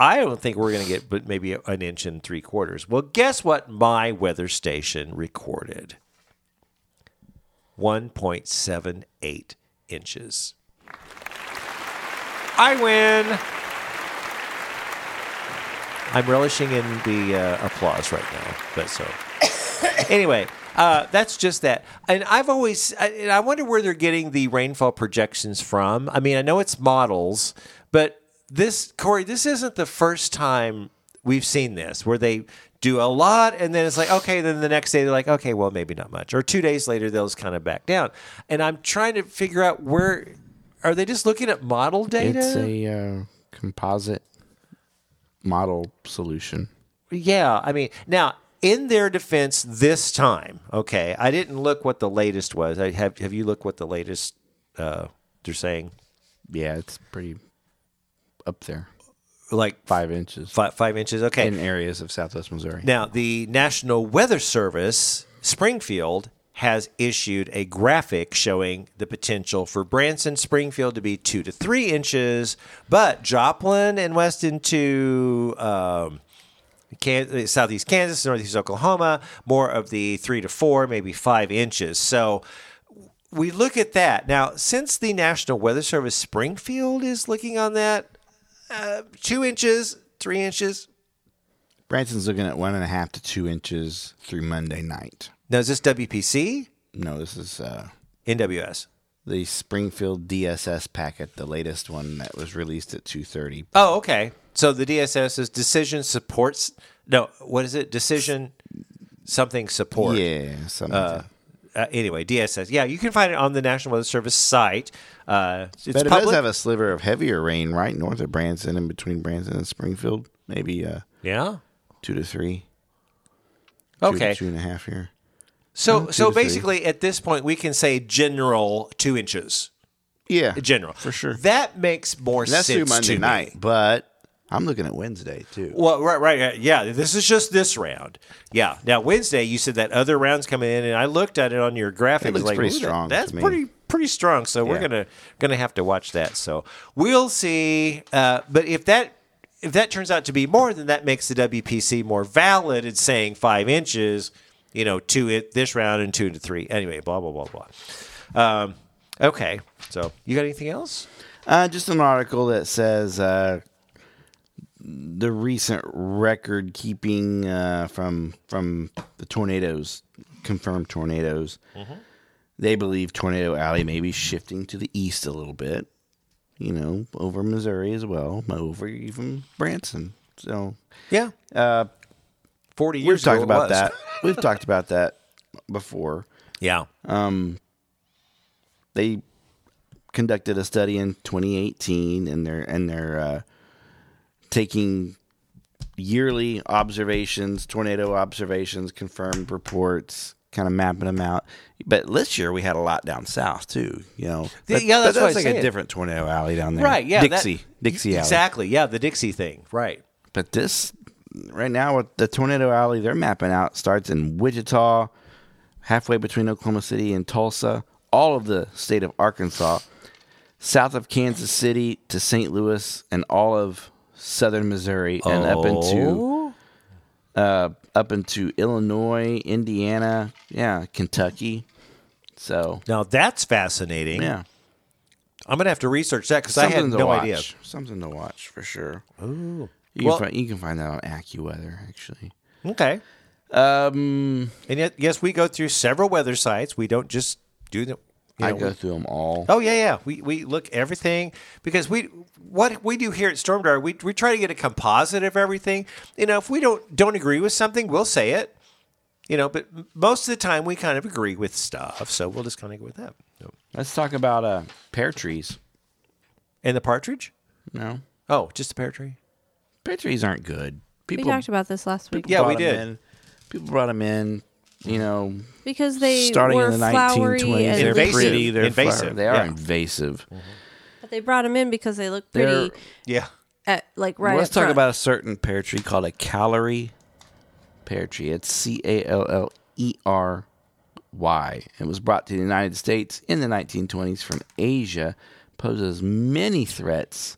Speaker 1: I don't think we're going to get, but maybe an inch and three quarters. Well, guess what? My weather station recorded 1.78 inches. I win. I'm relishing in the uh, applause right now, but so anyway. Uh, that's just that, and I've always. I, and I wonder where they're getting the rainfall projections from. I mean, I know it's models, but this Corey, this isn't the first time we've seen this where they do a lot, and then it's like, okay, then the next day they're like, okay, well, maybe not much, or two days later they'll just kind of back down. And I'm trying to figure out where are they just looking at model data?
Speaker 2: It's a uh, composite model solution.
Speaker 1: Yeah, I mean, now in their defense this time, okay, I didn't look what the latest was. I have have you looked what the latest uh, they're saying?
Speaker 2: Yeah, it's pretty up there,
Speaker 1: Like
Speaker 2: five inches
Speaker 1: five, five inches. Okay,
Speaker 2: in areas of Southwest Missouri.
Speaker 1: Now, the National Weather Service, Springfield, has issued a graphic showing the potential for Branson, Springfield to be two to three inches, but Joplin and Weston to um, Kan- southeast Kansas, northeast Oklahoma, more of the three to four, maybe five inches. So we look at that. Now, since the National Weather Service Springfield is looking on that, uh, two inches, three inches,
Speaker 2: Branson's looking at one and a half to two inches through Monday night.
Speaker 1: Now, is this WPC?
Speaker 2: No, this is uh,
Speaker 1: NWS.
Speaker 2: the Springfield DSS packet, the latest one that was released at two thirty.
Speaker 1: Oh, okay. So the DSS is decision supports. No, what is it? Decision something support.
Speaker 2: Yeah, something. like
Speaker 1: Uh,
Speaker 2: that.
Speaker 1: anyway, DSS. Yeah, you can find it on the National Weather Service site. Uh, it's
Speaker 2: but it
Speaker 1: public.
Speaker 2: does have a sliver of heavier rain right north of Branson, and between Branson and Springfield, maybe uh,
Speaker 1: yeah.
Speaker 2: two to three. two to
Speaker 1: Okay.
Speaker 2: two and a half here.
Speaker 1: So,
Speaker 2: two
Speaker 1: so
Speaker 2: to three.
Speaker 1: basically, at this point, we can say general two inches.
Speaker 2: Yeah,
Speaker 1: General,
Speaker 2: for sure.
Speaker 1: That makes more
Speaker 2: And that's
Speaker 1: sense
Speaker 2: through Monday
Speaker 1: to
Speaker 2: night,
Speaker 1: Me.
Speaker 2: but I'm looking at Wednesday too.
Speaker 1: Well, right, right, right. Yeah, this is just this round. Yeah. Now Wednesday, you said that other rounds coming in, and I looked at it on your graphic.
Speaker 2: It looks
Speaker 1: like,
Speaker 2: pretty
Speaker 1: "Ooh, that-
Speaker 2: strong to
Speaker 1: that's
Speaker 2: me."
Speaker 1: pretty pretty strong. So we're
Speaker 2: Yeah.
Speaker 1: gonna gonna have to watch that. So we'll see. Uh, but if that if that turns out to be more, then that makes the WPC more valid in saying five inches. You know, two it this round and two to three. Anyway, blah blah blah blah. Um, okay. So you got anything else?
Speaker 2: Uh, just an article that says uh, the recent record keeping uh, from from the tornadoes, confirmed tornadoes.
Speaker 1: Mm-hmm.
Speaker 2: They believe Tornado Alley may be shifting to the east a little bit, you know, over Missouri as well, over even Branson. So
Speaker 1: Yeah. Uh, Forty
Speaker 2: we've
Speaker 1: years ago
Speaker 2: talked
Speaker 1: it
Speaker 2: about
Speaker 1: was.
Speaker 2: that. We've talked about that before.
Speaker 1: Yeah.
Speaker 2: they conducted a study in 2018 and they're and they're uh, taking yearly observations tornado observations confirmed reports kind of mapping them out but this year we had a lot down south too you know
Speaker 1: Th- yeah, that's
Speaker 2: but
Speaker 1: what
Speaker 2: that's
Speaker 1: I'm
Speaker 2: like a
Speaker 1: saying.
Speaker 2: different tornado alley down there
Speaker 1: Right. Yeah. that- e,
Speaker 2: dixie dixie alley
Speaker 1: Exactly. Yeah. The Dixie thing. Right.
Speaker 2: but this right now with the tornado alley they're mapping out starts in wichita halfway between oklahoma city and tulsa all of the state of arkansas south of Kansas City to St. Louis and all of southern Missouri and up
Speaker 1: Oh.
Speaker 2: into uh, up into Illinois, Indiana, yeah, Kentucky. So
Speaker 1: Now that's fascinating.
Speaker 2: yeah,
Speaker 1: I'm gonna have to research that because I had no
Speaker 2: watch.
Speaker 1: idea.
Speaker 2: Something to watch for sure.
Speaker 1: Ooh.
Speaker 2: You,
Speaker 1: Well-
Speaker 2: can find, you can find that on AccuWeather actually.
Speaker 1: Okay.
Speaker 2: Um,
Speaker 1: And yet, yes, we go through several weather sites. We don't just do the. you
Speaker 2: I
Speaker 1: know,
Speaker 2: go
Speaker 1: we-
Speaker 2: through them all.
Speaker 1: Oh yeah, yeah. We we look everything because we what we do here at Storm Door, we we try to get a composite of everything. You know, if we don't don't agree with something, we'll say it. You know, but m- most of the time we kind of agree with stuff, so we'll just kind of go with that. So-
Speaker 2: Let's talk about uh, pear trees.
Speaker 1: And the partridge?
Speaker 2: No,
Speaker 1: Oh, just the pear tree.
Speaker 2: pear trees aren't good. People
Speaker 3: we talked about this last week.
Speaker 1: Yeah, we
Speaker 2: brought 'em
Speaker 1: did.
Speaker 2: in. People brought them in. You know,
Speaker 3: because they
Speaker 2: starting
Speaker 3: were
Speaker 2: in the
Speaker 3: flowery
Speaker 2: 1920s,
Speaker 3: and
Speaker 2: they're
Speaker 1: Invasive.
Speaker 2: pretty. They're
Speaker 1: Invasive,
Speaker 2: flower- They are
Speaker 1: yeah.
Speaker 2: invasive.
Speaker 3: But they brought them in because they look
Speaker 2: They're-
Speaker 3: pretty
Speaker 1: Yeah.
Speaker 3: at like right.
Speaker 2: Let's
Speaker 3: up
Speaker 2: talk
Speaker 3: front.
Speaker 2: about a certain pear tree called a calorie pear tree. It's C A L L E R Y. It was brought to the United States in the 1920s from Asia. Poses many threats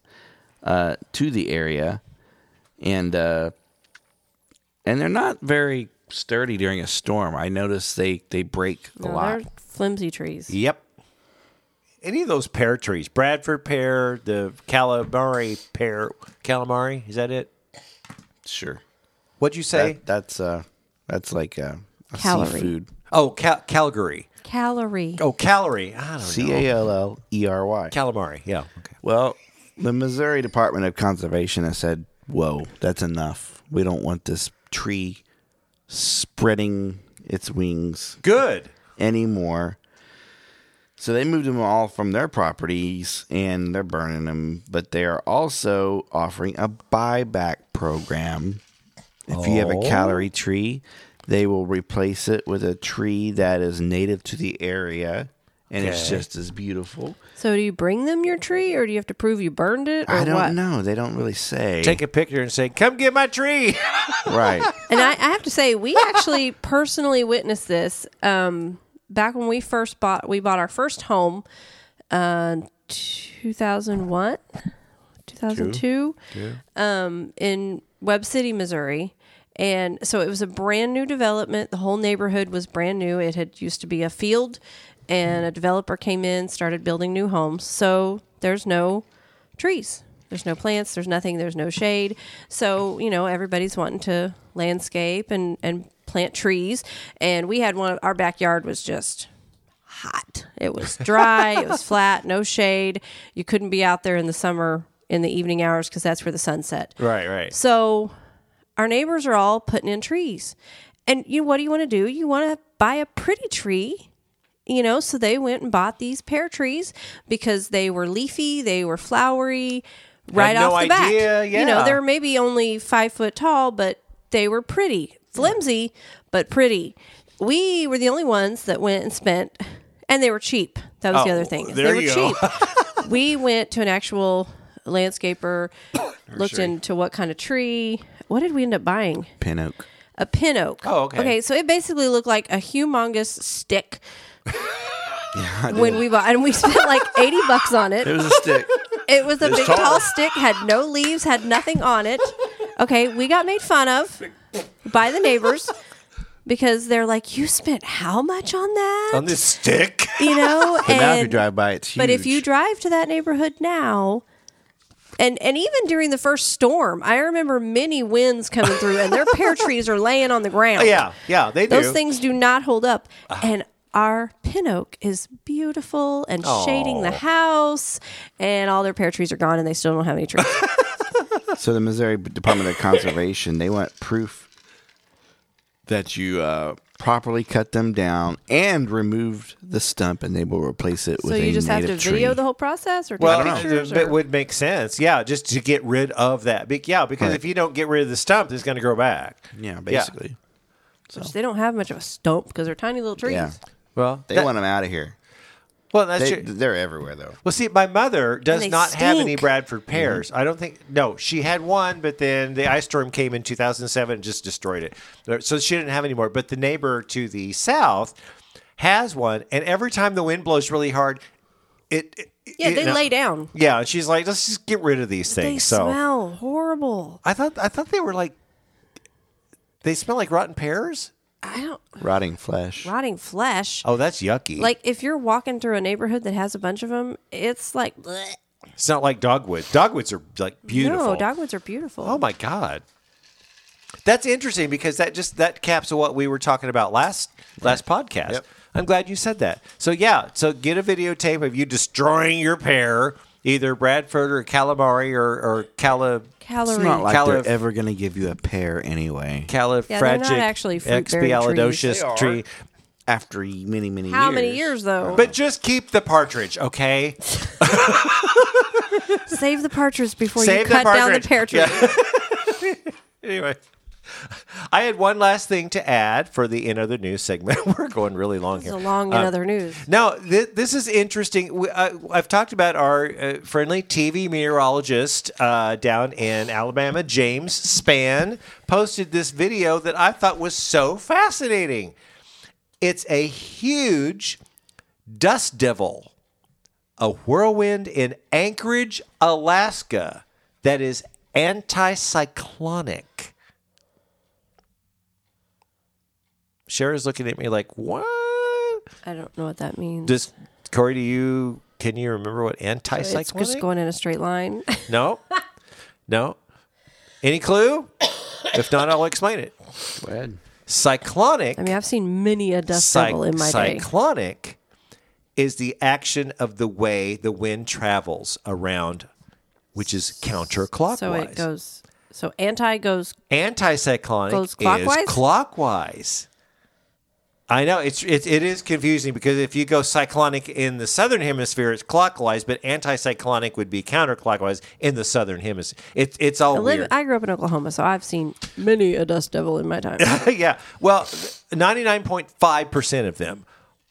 Speaker 2: uh, to the area, and uh, and they're not very sturdy during a storm. I noticed they they break a
Speaker 3: No,
Speaker 2: lot.
Speaker 3: they're flimsy trees.
Speaker 1: Yep. Any of those pear trees, Bradford pear, the calamari pear, calamari, is that it?
Speaker 2: Sure,
Speaker 1: What'd you say?
Speaker 2: that, that's uh that's like uh a
Speaker 3: Calorie.
Speaker 2: seafood.
Speaker 1: oh, Cal- Calgary.
Speaker 3: Calorie.
Speaker 1: Oh, calorie. I don't
Speaker 2: C
Speaker 1: know.
Speaker 2: A L L E R Y.
Speaker 1: Calamari. Yeah. Okay.
Speaker 2: Well, the Missouri Department of Conservation has said, "Whoa, that's enough. We don't want this tree spreading its wings
Speaker 1: Good.
Speaker 2: anymore." So they moved them all from their properties and they're burning them, but they are also offering a buyback program. If you have a
Speaker 1: Oh.
Speaker 2: calorie tree, they will replace it with a tree that is native to the area and it's
Speaker 1: Okay.
Speaker 2: just as beautiful.
Speaker 3: So do you bring them your tree, or do you have to prove you burned it, or
Speaker 2: I don't
Speaker 3: what?
Speaker 2: know. They don't really say.
Speaker 1: Take a picture and say, "Come get my tree."
Speaker 2: right.
Speaker 3: And I, I have to say, we actually personally witnessed this um, back when we first bought. We bought our first home, uh, two thousand one, two thousand two, um, in Webb City, Missouri. And so it was a brand new development. The whole neighborhood was brand new. It had used to be a field, and a developer came in, started building new homes. So there's no trees. There's no plants. There's nothing. There's no shade. So you know everybody's wanting to landscape and and plant trees. And we had one. Our backyard was just hot. It was dry. it was flat. No shade. You couldn't be out there in the summer in the evening hours because that's where the sun set.
Speaker 1: right. Right.
Speaker 3: So our neighbors are all putting in trees. And you what do you want to do? You want to buy a pretty tree. You know, so they went and bought these pear trees because they were leafy, they were flowery, right
Speaker 1: no
Speaker 3: off the
Speaker 1: idea,
Speaker 3: back. You know,
Speaker 1: yeah.
Speaker 3: they're maybe only five foot tall, but they were pretty. Flimsy, but pretty. We were the only ones that went and spent and they were cheap. That was the
Speaker 1: Oh,
Speaker 3: other thing. is
Speaker 1: there
Speaker 3: they were
Speaker 1: you go.
Speaker 3: cheap we went to an actual landscaper, looked into what kind of tree. What did we end up buying?
Speaker 2: Pin oak.
Speaker 3: A pin oak.
Speaker 1: Oh, okay.
Speaker 3: Okay, so it basically looked like a humongous stick. when we bought, and we spent like eighty bucks on it.
Speaker 2: It was a stick.
Speaker 3: It was a
Speaker 2: was
Speaker 3: big
Speaker 2: tall.
Speaker 3: tall. stick, had no leaves, had nothing on it. Okay, we got made fun of by the neighbors because they're like, "You spent how much on that?"
Speaker 1: On this stick.
Speaker 3: you know,
Speaker 2: But now if you
Speaker 3: and-
Speaker 2: drive by, it's huge.
Speaker 3: but if you drive to that neighborhood now, and and even during the first storm, I remember many winds coming through, and their pear trees are laying on the ground.
Speaker 1: yeah. Yeah. They do.
Speaker 3: those things do not hold up, and. Our pin oak is beautiful and shading the house, and all their pear trees are gone, and they still don't have any trees.
Speaker 2: so the Missouri Department of Conservation, they want proof that you uh, properly cut them down and removed the stump, and they will replace it with
Speaker 3: so
Speaker 2: a
Speaker 3: you just have to
Speaker 2: native tree.
Speaker 3: video the whole process, or take
Speaker 1: well,
Speaker 3: pictures,
Speaker 1: it, it
Speaker 3: or-
Speaker 1: would make sense. Yeah, just to get rid of that. Be- yeah, because
Speaker 2: Right.
Speaker 1: if you don't get rid of the stump, it's going to grow back.
Speaker 2: yeah, basically.
Speaker 3: which they don't have much of a stump because they're tiny little trees.
Speaker 2: Yeah,
Speaker 1: Well,
Speaker 2: they
Speaker 1: that-
Speaker 2: want them out of here.
Speaker 1: Well, that's
Speaker 2: They,
Speaker 1: true.
Speaker 2: they're everywhere though.
Speaker 1: Well, see, my mother does
Speaker 3: they
Speaker 1: not have any
Speaker 3: stink.
Speaker 1: Bradford pears. I don't think. No, she had one, but then the ice storm came in 2007 and just destroyed it. So she didn't have any more. But the neighbor to the south has one, and every time the wind blows really hard, it. it-
Speaker 3: Yeah,
Speaker 1: it-
Speaker 3: they
Speaker 1: no.
Speaker 3: lay down.
Speaker 1: Yeah, and she's like, let's just get rid of these
Speaker 3: They
Speaker 1: things. So
Speaker 3: smell horrible.
Speaker 1: I thought I thought they were like they smell like rotten pears.
Speaker 3: I don't
Speaker 2: Rotting flesh.
Speaker 3: rotting flesh.
Speaker 1: Oh, that's yucky.
Speaker 3: Like if you're walking through a neighborhood that has a bunch of them, it's like bleh.
Speaker 1: it's not like dogwood. Dogwoods are like beautiful.
Speaker 3: no, dogwoods are beautiful.
Speaker 1: Oh my god. That's interesting because that just that caps what we were talking about last last podcast.
Speaker 2: Yep.
Speaker 1: I'm glad you said that. So yeah, so get a videotape of you destroying your pear, either Bradford or calamari or or cala
Speaker 3: Calorie.
Speaker 2: It's not like
Speaker 1: Calif-
Speaker 2: they're ever going to give you a pear anyway.
Speaker 1: califragic
Speaker 3: Yeah, they're not actually fruit-bearing trees. They
Speaker 1: expialidocious
Speaker 2: are.
Speaker 1: tree.
Speaker 2: After many, many
Speaker 3: How
Speaker 2: years.
Speaker 3: many years though?
Speaker 1: But just keep the partridge, okay?
Speaker 3: Save the partridge before
Speaker 1: Save
Speaker 3: you
Speaker 1: the
Speaker 3: cut down the
Speaker 1: partridge.
Speaker 3: pear tree.
Speaker 1: anyway, I had one last thing to add for the in other news segment. We're going really long
Speaker 3: It's
Speaker 1: here. Um,
Speaker 3: a long in other news.
Speaker 1: Now, th- this is interesting. We, uh, I've talked about our uh, friendly TV meteorologist uh, down in Alabama, James Spann, posted this video that I thought was so fascinating. It's a huge dust devil, a whirlwind in Anchorage, Alaska, that is anticyclonic. Shara's looking at me like, what?
Speaker 3: I don't know what that means.
Speaker 1: Does Corey, do you can you remember what
Speaker 3: it's
Speaker 1: anticyclonic?
Speaker 3: just going in a straight line.
Speaker 1: no, no. Any clue? if not, I'll explain it.
Speaker 2: Go ahead.
Speaker 1: Cyclonic.
Speaker 3: I mean, I've seen many a dust
Speaker 1: cy-
Speaker 3: devil in my day.
Speaker 1: cyclonic is the action of the way the wind travels around, which is counterclockwise.
Speaker 3: So it goes. So anti goes.
Speaker 1: anticyclonic
Speaker 3: Goes clockwise?
Speaker 1: is clockwise. I know it's it, it is confusing because if you go cyclonic in the southern hemisphere, it's clockwise, but anticyclonic would be counterclockwise in the southern hemisphere. It's it's all
Speaker 3: I live-
Speaker 1: weird.
Speaker 3: I grew up in Oklahoma, so I've seen many a dust devil in my time.
Speaker 1: yeah. Well, 99.5% of them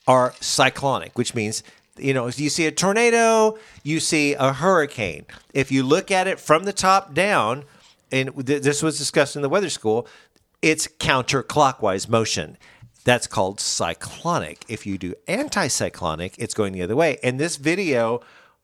Speaker 1: are cyclonic, which means, you know, you see a tornado, you see a hurricane. If you look at it from the top down, and th- this was discussed in the weather school, it's counterclockwise motion. That's called cyclonic. If you do anticyclonic, it's going the other way. And this video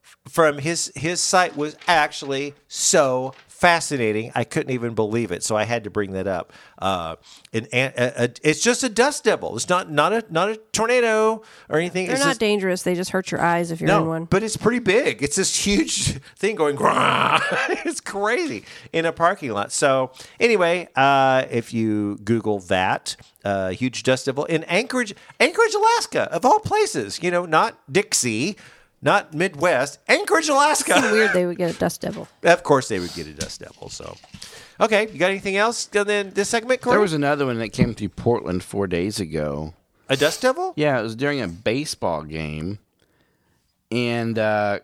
Speaker 1: f- from his his site was actually so fascinating. I couldn't even believe it, so I had to bring that up. Uh, an, an- a, a- it's just a dust devil. It's not not a not a tornado or anything.
Speaker 3: They're
Speaker 1: it's
Speaker 3: not
Speaker 1: just,
Speaker 3: dangerous. They just hurt your eyes if you're in one.
Speaker 1: but it's pretty big. It's this huge thing going. "Grrrr." it's crazy in a parking lot. So anyway, uh, if you Google that, uh, huge dust devil in Anchorage, Anchorage, Alaska, of all places. You know, not Dixie, not Midwest, Anchorage, Alaska.
Speaker 3: Weird, they would get a dust devil.
Speaker 1: of course, they would get a dust devil. So, okay, you got anything else? And then this segment, Corey?
Speaker 2: There was another one that came through Portland four days ago.
Speaker 1: a dust devil.
Speaker 2: Yeah, it was during a baseball game, and uh,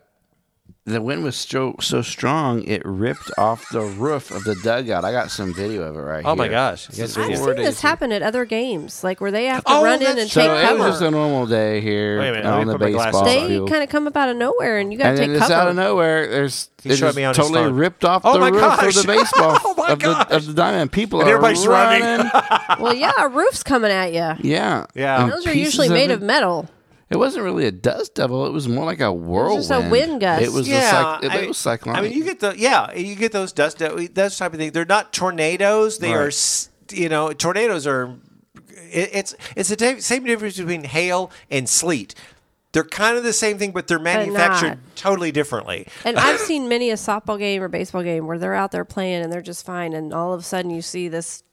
Speaker 2: the wind was so, so strong it ripped off the roof of the dugout. I got some video of it right here.
Speaker 1: Oh my gosh.
Speaker 2: This is
Speaker 1: I've
Speaker 3: I've
Speaker 2: four
Speaker 3: seen
Speaker 2: days
Speaker 3: this happen at other games, like where they have to
Speaker 1: Oh,
Speaker 3: run in
Speaker 1: that's
Speaker 3: and
Speaker 2: So
Speaker 3: take
Speaker 2: it was
Speaker 3: cover.
Speaker 2: just a normal day here
Speaker 1: Wait a minute, let
Speaker 2: on
Speaker 1: me
Speaker 2: the
Speaker 1: put my glasses
Speaker 2: baseball
Speaker 1: on.
Speaker 3: they
Speaker 2: field.
Speaker 3: kind of come up out of nowhere, and you got
Speaker 2: and
Speaker 3: to
Speaker 2: then
Speaker 3: take
Speaker 2: it's
Speaker 3: cover.
Speaker 2: out of nowhere. There's
Speaker 1: He
Speaker 2: it
Speaker 1: showed
Speaker 2: just
Speaker 1: me on his
Speaker 2: totally
Speaker 1: phone.
Speaker 2: ripped off
Speaker 1: Oh
Speaker 2: the
Speaker 1: my
Speaker 2: roof
Speaker 1: gosh.
Speaker 2: of the baseball
Speaker 1: Oh my
Speaker 2: of,
Speaker 1: gosh.
Speaker 2: the, of the diamond. People
Speaker 1: And
Speaker 2: are
Speaker 1: everybody's running.
Speaker 2: running.
Speaker 3: well, yeah, a roof's coming at you.
Speaker 2: yeah,
Speaker 1: Yeah.
Speaker 2: And
Speaker 3: Those are
Speaker 2: pieces
Speaker 3: usually made of
Speaker 2: it-
Speaker 3: metal.
Speaker 2: It wasn't really a dust devil. It was more like a whirlwind.
Speaker 3: just a wind gust.
Speaker 2: It was a cyc- it,
Speaker 1: mean-
Speaker 2: was cyclonic.
Speaker 1: I mean, you get the yeah, you get those dust those type of things. They're not tornadoes. They are
Speaker 2: Right.
Speaker 1: are, s- you know, tornadoes are. It, it's it's the ta- same difference between hail and sleet. They're kind of the same thing, but they're manufactured
Speaker 3: not.
Speaker 1: totally differently.
Speaker 3: And I've seen many a softball game or baseball game where they're out there playing and they're just fine, and all of a sudden you see this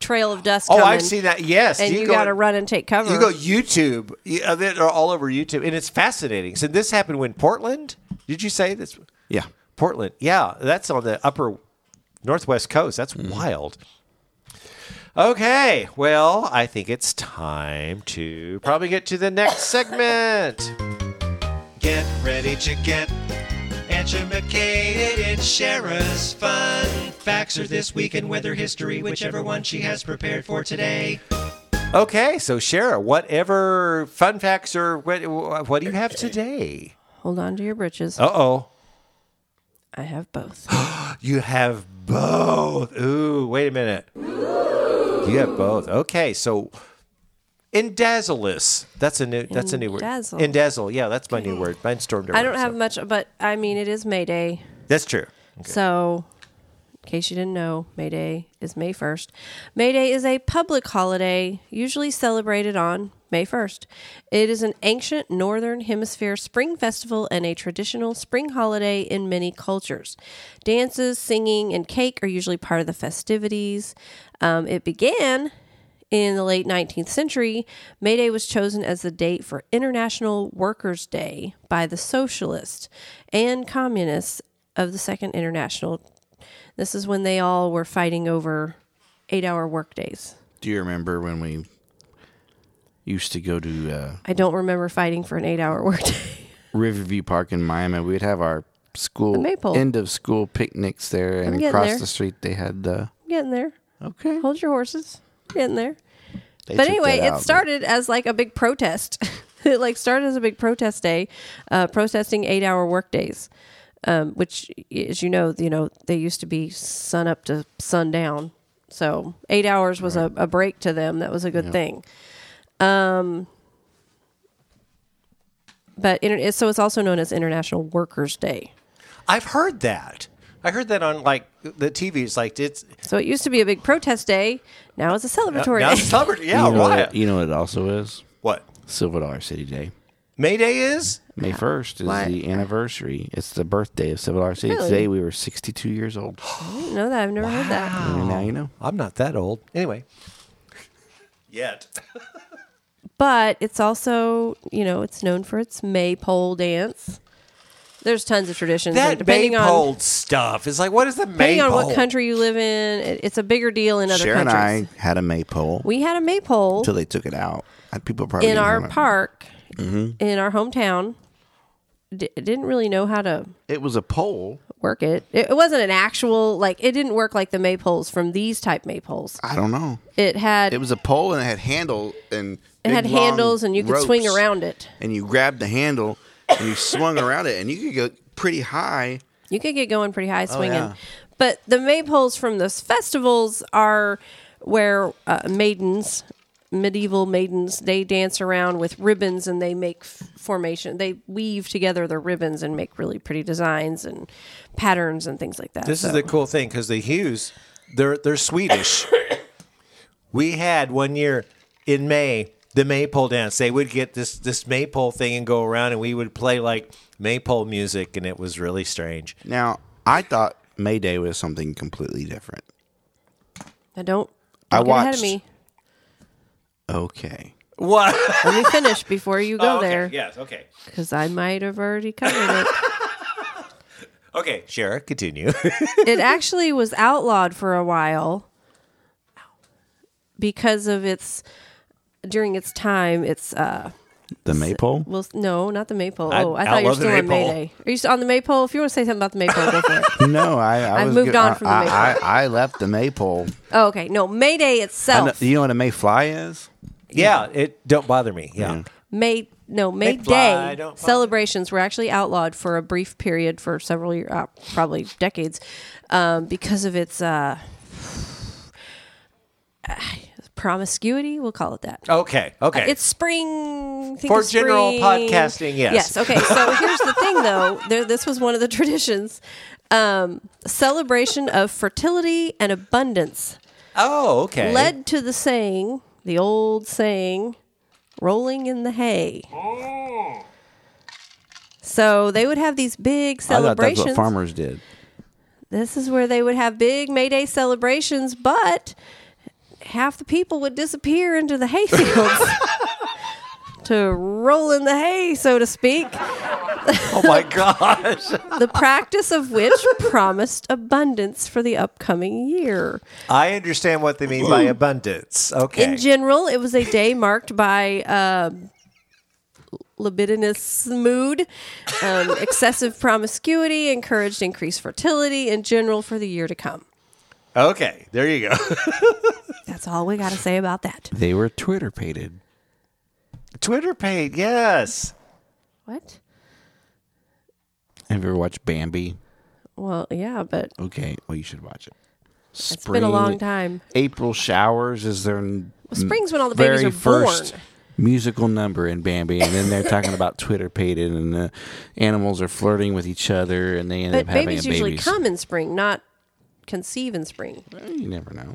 Speaker 3: trail of dust.
Speaker 1: Oh,
Speaker 3: coming,
Speaker 1: I've seen that. Yes,
Speaker 3: And you,
Speaker 1: go-
Speaker 3: got to run and take cover.
Speaker 1: You go YouTube. you- uh, They're all over YouTube, and it's fascinating. So this happened when Portland. Did you say this?
Speaker 2: yeah.
Speaker 1: Portland. Yeah, that's on the upper northwest coast. That's wild. Okay, well, I think it's time to probably get to the next segment. Get ready to get educated in Shara's fun facts or this week in weather history, whichever one she has prepared for today. Okay, so Shara, whatever fun facts or what, what do you have today?
Speaker 3: Hold on to your britches.
Speaker 1: Uh oh.
Speaker 3: I have both.
Speaker 1: You have both. Ooh, wait a minute. You have both. Okay, so Indazzlous. That's a new. That's a new word.
Speaker 3: Indazzle.
Speaker 1: Indazzle. Yeah, that's my new word. Mine stormed.
Speaker 3: I don't have much, but I mean, it is May Day.
Speaker 1: That's true.
Speaker 3: So, in case you didn't know, May Day is May 1st. May Day is a public holiday usually celebrated on May 1st. It is an ancient Northern Hemisphere spring festival and a traditional spring holiday in many cultures. Dances, singing, and cake are usually part of the festivities. Um, it began in the late 19th century, May Day was chosen as the date for International Workers' Day by the socialists and communists of the Second International. This is when they all were fighting over eight hour workdays.
Speaker 2: Do you remember when we used to go to uh,
Speaker 3: I don't remember fighting for an eight hour workday.
Speaker 2: Riverview Park in Miami? We'd have our school
Speaker 3: Maypole.
Speaker 2: end of school picnics there, and
Speaker 3: getting
Speaker 2: across
Speaker 3: there.
Speaker 2: the street they had the
Speaker 3: Getting there.
Speaker 2: okay.
Speaker 3: Hold your horses. Getting there.
Speaker 2: They
Speaker 3: but
Speaker 2: took
Speaker 3: anyway,
Speaker 2: that out,
Speaker 3: it
Speaker 2: but-
Speaker 3: started as like a big protest. it like started as a big protest day, uh, protesting eight-hour workdays, um, which, as you know, you know they used to be sun up to sundown. So eight hours was a, a break to them. That was a good thing. Um, but inter- so it's also known as International Workers' Day.
Speaker 1: I've heard that. I heard that on like the TV. It's like it's
Speaker 3: So it used to be a big protest day. Now it's a celebratory
Speaker 1: now
Speaker 3: day.
Speaker 1: it's covered. Yeah,
Speaker 2: you know,
Speaker 1: right.
Speaker 2: What, you know what it also is?
Speaker 1: What
Speaker 2: Silver Dollar City Day.
Speaker 1: May Day is?
Speaker 2: May 1st is
Speaker 3: Why-
Speaker 2: the anniversary. It's the birthday of Silver Dollar City.
Speaker 3: Really?
Speaker 2: Today we were 62 years old.
Speaker 3: I didn't know that. I've never heard that.
Speaker 2: And now you know.
Speaker 1: I'm not that old. Anyway. Yet.
Speaker 3: but it's also you know it's known for its maypole dance. There's tons of traditions. and
Speaker 1: That
Speaker 3: depending
Speaker 1: maypole
Speaker 3: on
Speaker 1: stuff is like what is the
Speaker 3: depending
Speaker 1: maypole?
Speaker 3: on what country you live in, it, it's a bigger deal in other
Speaker 2: Sharon and
Speaker 3: countries.
Speaker 2: I had a maypole
Speaker 3: we had a maypole
Speaker 2: until they took it out. Uh, People probably
Speaker 3: in
Speaker 2: didn't
Speaker 3: our
Speaker 2: remember.
Speaker 3: park,
Speaker 2: Mm-hmm.
Speaker 3: in our hometown. D- didn't really know how to
Speaker 2: It was a pole.
Speaker 3: work it. It it wasn't an actual like it didn't work like the maypoles from these type maypoles.
Speaker 2: I don't know.
Speaker 3: It had
Speaker 2: It was a pole and it had handle and
Speaker 3: it had
Speaker 2: big, long
Speaker 3: handles and you could swing
Speaker 2: ropes.
Speaker 3: around it.
Speaker 2: And you grabbed the handle and you swung around it and you could go pretty high.
Speaker 3: You could get going pretty high swinging.
Speaker 2: yeah.
Speaker 3: But the maypoles from those festivals are where uh, maidens, medieval maidens, they dance around with ribbons and they make f- formation. They weave together their ribbons and make really pretty designs and patterns and things like that.
Speaker 1: This is
Speaker 3: So-
Speaker 1: the cool thing because the Hughes, they're they're Swedish. we had one year in May the maypole dance. They would get this this maypole thing and go around, and we would play like maypole music, and it was really strange.
Speaker 2: Now, I thought May Day was something completely different.
Speaker 3: I don't.
Speaker 2: I
Speaker 3: don't get ahead
Speaker 2: watched-
Speaker 3: of me.
Speaker 2: Okay.
Speaker 1: What?
Speaker 3: Let me finish before you go
Speaker 1: Oh, okay.
Speaker 3: there
Speaker 1: Yes. Okay.
Speaker 3: because I might have already covered it.
Speaker 1: Okay. Shara, continue.
Speaker 3: it actually was outlawed for a while because of its during its time its uh
Speaker 2: The maypole?
Speaker 3: well no not the maypole
Speaker 1: I-
Speaker 3: oh i
Speaker 1: I
Speaker 3: thought you were
Speaker 1: love the
Speaker 3: still on
Speaker 1: maypole.
Speaker 3: mayday are you still on the maypole if you want to say something about the maypole go for it
Speaker 2: No, I, I
Speaker 3: I've
Speaker 2: was
Speaker 3: moved
Speaker 2: good-
Speaker 3: on from the
Speaker 2: I,
Speaker 3: maypole.
Speaker 2: I, I left the maypole.
Speaker 3: oh, okay no mayday
Speaker 2: I know,
Speaker 3: itself
Speaker 2: you know what a mayfly is?
Speaker 1: yeah. It don't bother me. Yeah.
Speaker 3: Mm. May no May
Speaker 1: fly,
Speaker 3: Day
Speaker 1: don't fly.
Speaker 3: celebrations were actually outlawed for a brief period for several years, uh, probably decades, um, because of its uh, promiscuity. We'll call it that.
Speaker 1: Okay. Okay.
Speaker 3: It's spring. think
Speaker 1: For
Speaker 3: of
Speaker 1: general
Speaker 3: spring.
Speaker 1: podcasting, yes.
Speaker 3: Yes. Okay. So here's the thing, though. There, this was one of the traditions: um, celebration of fertility and abundance
Speaker 1: oh. Okay.
Speaker 3: led to the saying, the old saying, rolling in the hay. So they would have these big
Speaker 2: I thought that's what
Speaker 3: celebrations.
Speaker 2: farmers did.
Speaker 3: this is where they would have big May Day celebrations, but half the people would disappear into the hay fields to roll in the hay, so to speak.
Speaker 1: oh my gosh.
Speaker 3: The practice of which promised abundance for the upcoming year.
Speaker 1: I understand what they mean by abundance. Okay.
Speaker 3: In general, it was a day marked by um, libidinous mood, um, excessive promiscuity, encouraged increased fertility in general for the year to come.
Speaker 1: okay. There you go.
Speaker 3: That's all we got to say about that.
Speaker 2: They were Twitter pated.
Speaker 1: Twitter paid. Yes.
Speaker 3: What?
Speaker 2: Have you ever watched Bambi?
Speaker 3: Well, yeah, but
Speaker 2: Okay, well you should watch it.
Speaker 3: it's been a long time.
Speaker 2: April showers is their
Speaker 3: Spring's when all the
Speaker 2: very
Speaker 3: babies are
Speaker 2: first
Speaker 3: born.
Speaker 2: musical number in Bambi, and then they're talking about Twitter pated, and the animals are flirting with each other, and they end
Speaker 3: But
Speaker 2: up having
Speaker 3: babies
Speaker 2: babies.
Speaker 3: usually come in spring, not conceive in spring.
Speaker 2: You never know.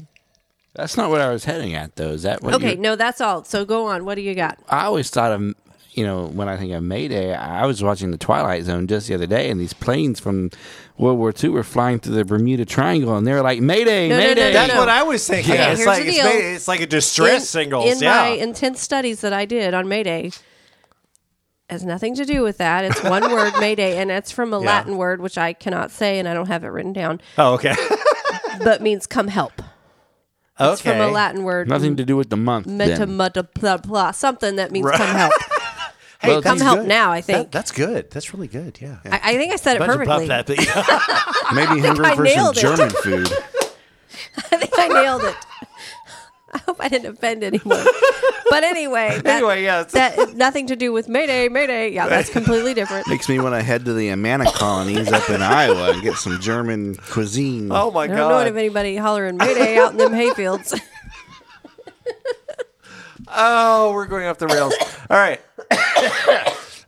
Speaker 2: That's not what I was heading at, though. Is that what?
Speaker 3: Okay,
Speaker 2: you-
Speaker 3: no, that's all. So go on. What do you got?
Speaker 2: I always thought of you know when I think of Mayday. I was watching the Twilight Zone just the other day, and these planes from World War II were flying through the Bermuda Triangle, and they were like Mayday,
Speaker 3: No, no, no,
Speaker 2: Mayday.
Speaker 3: no,
Speaker 1: That's
Speaker 3: no.
Speaker 1: what I was thinking.
Speaker 3: Okay,
Speaker 1: it's
Speaker 3: here's
Speaker 1: like
Speaker 3: the
Speaker 1: it's,
Speaker 3: deal.
Speaker 1: made, it's like a distress singles.
Speaker 3: In
Speaker 1: yeah.
Speaker 3: my intense studies that I did on Mayday, has nothing to do with that. It's one word, Mayday, and it's from a
Speaker 1: Yeah.
Speaker 3: Latin word which I cannot say, and I don't have it written down,
Speaker 1: oh, okay.
Speaker 3: but means come help.
Speaker 1: okay.
Speaker 3: It's from a Latin word,
Speaker 2: Nothing to do with the month.
Speaker 3: meta,
Speaker 2: then.
Speaker 3: meta, blah, blah, something that means come help.
Speaker 1: Hey,
Speaker 2: Well,
Speaker 1: that's
Speaker 3: come help
Speaker 1: good.
Speaker 3: now, I
Speaker 1: That-
Speaker 3: think.
Speaker 1: that's good. That's really good. Yeah.
Speaker 3: I, I think I said it
Speaker 1: Bunch of
Speaker 3: perfectly.
Speaker 1: puff that- yeah.
Speaker 2: Maybe hungry
Speaker 3: I
Speaker 2: for some
Speaker 3: nailed it.
Speaker 2: German food.
Speaker 3: I think I nailed it. I hope I didn't offend anyone. But anyway, that,
Speaker 1: Anyway, yeah, it's-
Speaker 3: that nothing to do with Mayday, Mayday. Yeah, that's completely different.
Speaker 2: Makes me want to head to the Amana colonies up in Iowa and get some German cuisine.
Speaker 1: Oh my
Speaker 3: I don't know
Speaker 1: god.
Speaker 3: if anybody hollering Mayday out in them hayfields.
Speaker 1: oh, we're going off the rails. All right.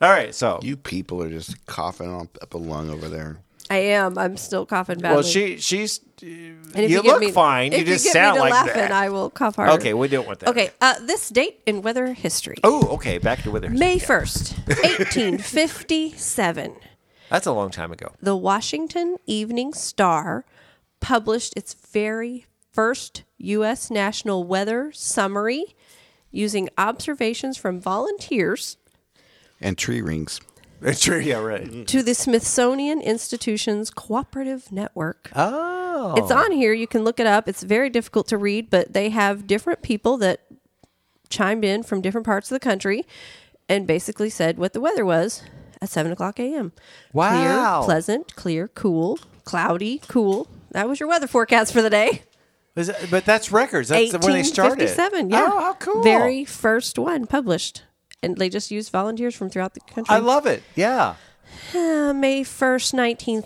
Speaker 1: All right. So
Speaker 2: You people are just coughing up, up a lung over there.
Speaker 3: I am. I'm still coughing badly.
Speaker 1: well, she she's
Speaker 3: And if
Speaker 1: you
Speaker 3: give
Speaker 1: look
Speaker 3: me-
Speaker 1: fine.
Speaker 3: if
Speaker 1: You just
Speaker 3: get
Speaker 1: sound
Speaker 3: me to
Speaker 1: like
Speaker 3: laughing,
Speaker 1: that.
Speaker 3: I will cough harder.
Speaker 1: Okay, we don't want that.
Speaker 3: Okay. Uh, this date in weather history.
Speaker 1: Oh, okay. Back to withers.
Speaker 3: May 1st, 1857.
Speaker 1: That's a long time ago.
Speaker 3: the Washington Evening Star published its very first U.S. national weather summary using observations from volunteers
Speaker 2: And tree rings.
Speaker 1: It's true. Yeah. Right.
Speaker 3: to the Smithsonian Institution's cooperative network.
Speaker 1: Oh.
Speaker 3: It's on here. You can look it up. It's very difficult to read, but they have different people that chimed in from different parts of the country and basically said what the weather was at 7 o'clock a.m.
Speaker 1: Wow.
Speaker 3: Clear, pleasant, clear, cool, cloudy, cool. That was your weather forecast for the day.
Speaker 1: Is it- but that's records. That's where they started.
Speaker 3: 1857. Yeah.
Speaker 1: Oh, how cool.
Speaker 3: Very first one published. And they just used volunteers from throughout the country.
Speaker 1: I love it. Yeah.
Speaker 3: Uh, May 1st,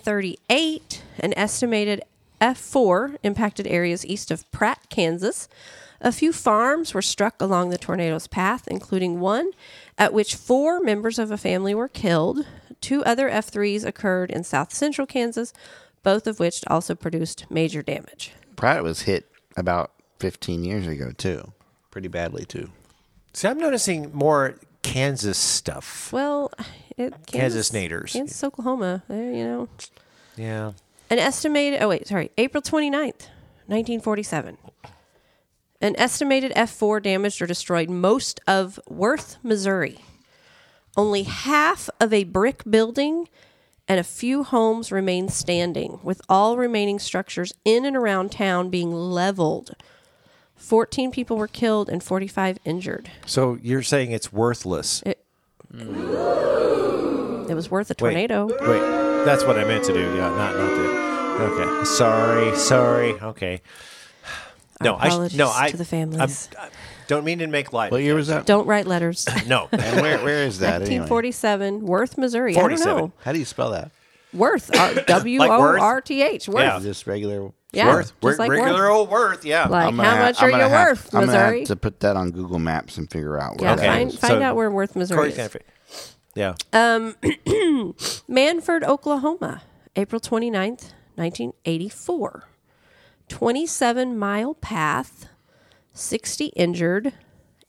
Speaker 3: 1938, an estimated F4 impacted areas east of Pratt, Kansas. A few farms were struck along the tornado's path, including one at which four members of a family were killed. Two other F3s occurred in south central Kansas, both of which also produced major damage.
Speaker 2: Pratt was hit about 15 years ago, too. Pretty badly, too.
Speaker 1: See, I'm noticing more Kansas stuff.
Speaker 3: Well, it,
Speaker 1: Kansas naders.
Speaker 3: Kansas, Oklahoma, eh, you know.
Speaker 1: Yeah.
Speaker 3: An estimated, oh wait, sorry, April 29th, 1947. An estimated F4 damaged or destroyed most of Worth, Missouri. Only half of a brick building and a few homes remain standing, with all remaining structures in and around town being leveled. 14 people were killed and 45 injured.
Speaker 1: So you're saying it's worthless.
Speaker 3: It was worth a tornado.
Speaker 1: Wait, wait, that's what I meant to do. Yeah, not not the. Okay, sorry, sorry. Okay.
Speaker 3: Our
Speaker 1: No, I sh-
Speaker 3: apologies
Speaker 1: no, I
Speaker 3: to the families.
Speaker 1: I'm- I don't mean to make light.
Speaker 2: What year was that?
Speaker 3: Don't write letters.
Speaker 1: No,
Speaker 2: And where, where is that? Anyway?
Speaker 3: 1947, Worth, Missouri. I
Speaker 1: 47.
Speaker 3: don't know.
Speaker 2: How do you spell that?
Speaker 3: Worth. W O
Speaker 1: Worth?
Speaker 3: R T H. Worth.
Speaker 1: Yeah.
Speaker 2: Just regular.
Speaker 3: Yeah.
Speaker 1: Worth,
Speaker 3: just
Speaker 1: We're
Speaker 3: like
Speaker 1: regular
Speaker 3: Worth.
Speaker 1: old Worth. Yeah.
Speaker 3: Like,
Speaker 2: I'm gonna
Speaker 3: how
Speaker 2: ha-
Speaker 3: much
Speaker 2: I'm
Speaker 3: are
Speaker 2: gonna
Speaker 3: you
Speaker 2: have-
Speaker 3: worth,
Speaker 2: I'm gonna
Speaker 3: Missouri?
Speaker 2: have to put that on Google Maps and figure out
Speaker 3: yeah,
Speaker 2: where
Speaker 1: Okay.
Speaker 2: that
Speaker 3: find,
Speaker 2: is.
Speaker 3: find
Speaker 1: So-
Speaker 3: out where Worth, Uh, Missouri
Speaker 1: Corey
Speaker 3: is.
Speaker 1: Sanford. Yeah.
Speaker 3: Manford, Oklahoma, April 29th, 1984. 27 mile path, 60 injured.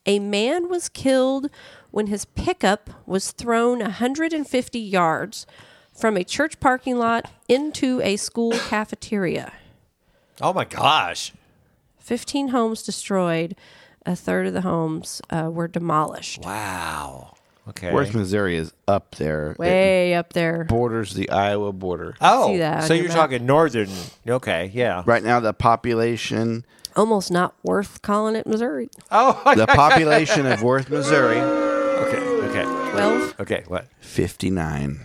Speaker 3: A man was killed when his pickup was thrown 150 yards from a church parking lot into a school cafeteria.
Speaker 1: oh my gosh.
Speaker 3: 15 homes destroyed. A third of the homes uh, were demolished.
Speaker 1: Wow. Okay.
Speaker 2: Worth, Missouri is up there. It
Speaker 3: Way up there.
Speaker 2: borders the Iowa border.
Speaker 1: oh,
Speaker 3: See that on
Speaker 1: so
Speaker 3: your
Speaker 1: you're
Speaker 3: map.
Speaker 1: talking northern. Okay. Yeah.
Speaker 2: Right now, the population
Speaker 3: Almost not worth calling it Missouri.
Speaker 1: Oh.
Speaker 2: the population of Worth, Missouri,
Speaker 1: Okay. Okay.
Speaker 3: 12.
Speaker 1: Okay. What?
Speaker 2: 59.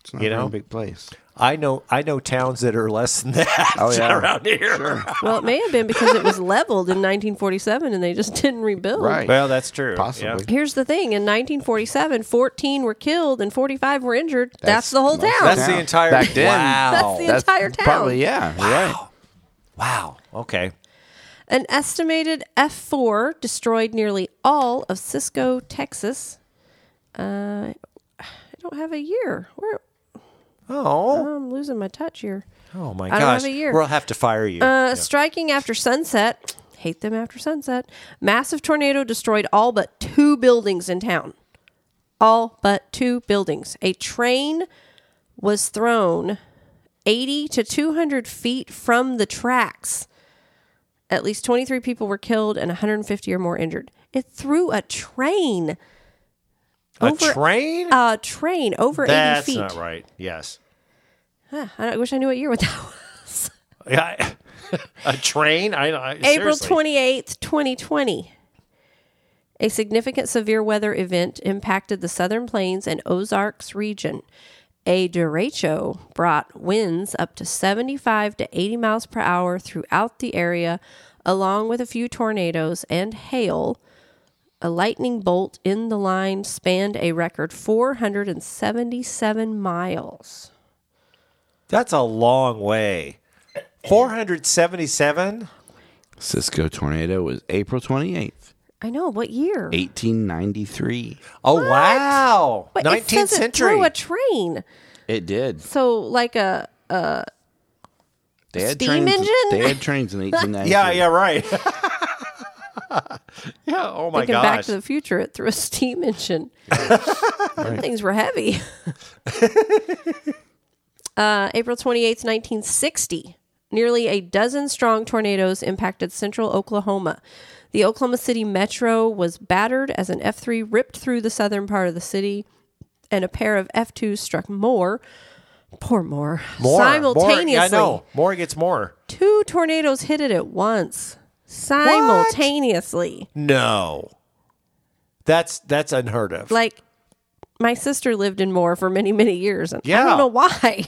Speaker 2: It's not
Speaker 1: You
Speaker 2: a very
Speaker 1: know?
Speaker 2: big place.
Speaker 1: I know. I know towns that are less than that
Speaker 2: Oh, yeah.
Speaker 1: around here.
Speaker 3: Well, it may have been because it was leveled in 1947 and they just didn't rebuild.
Speaker 2: Right.
Speaker 1: Well, that's true.
Speaker 2: Possibly.
Speaker 1: Yeah.
Speaker 3: Here's the thing in 1947, 14 were killed and 45 were injured. That's,
Speaker 2: That's
Speaker 3: the whole
Speaker 2: most of
Speaker 3: town.
Speaker 2: the
Speaker 1: That's
Speaker 3: That's,
Speaker 2: town.
Speaker 1: the entire.
Speaker 2: Back then,
Speaker 1: Wow.
Speaker 3: the entire town.
Speaker 2: Probably, yeah. You're Right.
Speaker 1: Wow. Okay.
Speaker 3: An estimated F4 destroyed nearly all of Cisco, Texas. Uh, I don't have a year. Where
Speaker 1: Oh,
Speaker 3: I'm losing my touch here.
Speaker 1: oh my
Speaker 3: I don't have
Speaker 1: gosh.
Speaker 3: a year.
Speaker 1: We'll have to fire you.
Speaker 3: Uh, Striking after sunset. Hate them after sunset. Massive tornado destroyed all but two buildings in town. All but two buildings. A train was thrown 80 to 200 feet from the tracks. At least 23 people were killed and 150 or more injured. It threw a train.
Speaker 1: a
Speaker 3: over-
Speaker 1: train?
Speaker 3: A train over 80
Speaker 1: That's
Speaker 3: feet.
Speaker 1: not right. Yes.
Speaker 3: Huh, I wish I knew what year what that was.
Speaker 1: Yeah. I- a train? I, I
Speaker 3: April
Speaker 1: seriously.
Speaker 3: 28th, 2020. A significant severe weather event impacted the Southern Plains and Ozarks region. A derecho brought winds up to 75 to 80 miles per hour throughout the area, along with a few tornadoes and hail. A lightning bolt in the line spanned a record 477 miles.
Speaker 1: That's a long way. 477?
Speaker 2: Cisco tornado was April 28th,
Speaker 3: I know, what year?
Speaker 2: 1893.
Speaker 1: Oh, wow.
Speaker 3: But it
Speaker 1: 19th
Speaker 3: says it
Speaker 1: century.
Speaker 3: through a train.
Speaker 2: It did.
Speaker 3: So, like a
Speaker 2: They had
Speaker 3: Steam
Speaker 2: trains.
Speaker 3: engine?
Speaker 2: They had trains in 1893.
Speaker 1: yeah, yeah, right. yeah, oh my
Speaker 3: Thinking
Speaker 1: gosh.
Speaker 3: Back to the Future, it threw a steam engine. Them things were heavy. uh, April 28th, 1960. Nearly a dozen strong tornadoes impacted central Oklahoma. The Oklahoma City metro was battered as an F3 ripped through the southern part of the city, and a pair of F2s struck Moore. Poor Moore.
Speaker 1: more,
Speaker 3: simultaneously.
Speaker 1: More, yeah, I know. More gets more.
Speaker 3: Two tornadoes hit it at once. Simultaneously.
Speaker 1: No. That's that's unheard of.
Speaker 3: like my sister lived in Moore for many many years and I
Speaker 1: Yeah.
Speaker 3: don't know why.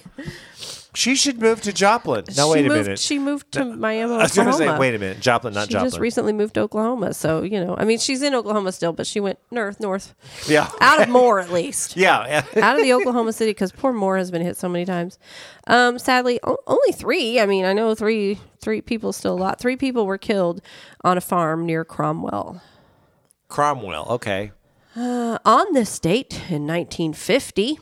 Speaker 1: she should move to Joplin. No,
Speaker 3: she
Speaker 1: wait a
Speaker 3: moved,
Speaker 1: minute.
Speaker 3: She moved to Miami,
Speaker 1: I was going to
Speaker 3: Oklahoma.
Speaker 1: say, wait a minute. Joplin, not
Speaker 3: she
Speaker 1: Joplin.
Speaker 3: just recently moved to Oklahoma, so you know. I mean, she's in Oklahoma still, but she went north, north,
Speaker 1: yeah.
Speaker 3: out of Moore at least,
Speaker 1: yeah.
Speaker 3: out of the Oklahoma City because poor Moore has been hit so many times. Um, sadly, o- only three. I mean, I know three, three people still a lot. Three people were killed on a farm near Cromwell.
Speaker 1: Cromwell. Okay.
Speaker 3: On this date in 1950,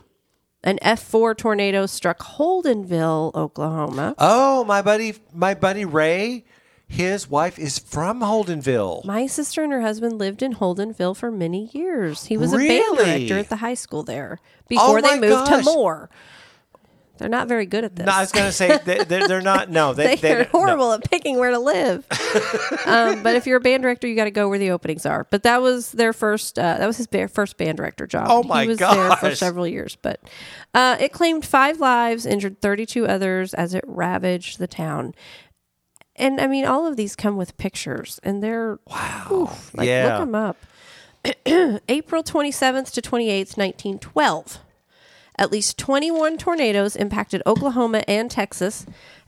Speaker 3: an F4 tornado struck Holdenville, Oklahoma.
Speaker 1: Oh, my buddy, my buddy Ray, his wife is from Holdenville.
Speaker 3: My sister and her husband lived in Holdenville for many years. He was a band
Speaker 1: Really? Oh
Speaker 3: director at the high school there before they
Speaker 1: my
Speaker 3: moved to
Speaker 1: gosh.
Speaker 3: Moore. They're not very good at this.
Speaker 1: No, I was going to say they, they're, they're not. No, they,
Speaker 3: they,
Speaker 1: they
Speaker 3: are
Speaker 1: don't- no.
Speaker 3: horrible at picking where to live. um, but if you're a band director, you got to go where the openings are. But that was their first. Uh, that was his ba- first band director job.
Speaker 1: Oh my
Speaker 3: He was there for
Speaker 1: gosh.
Speaker 3: several years, but uh, it claimed five lives, injured 32 others as it ravaged the town. And I mean, all of these come with pictures, and they're wow. like,
Speaker 1: Yeah.
Speaker 3: look them up. April 27th to 28th, 1912. At least 21 tornadoes impacted Oklahoma and Texas.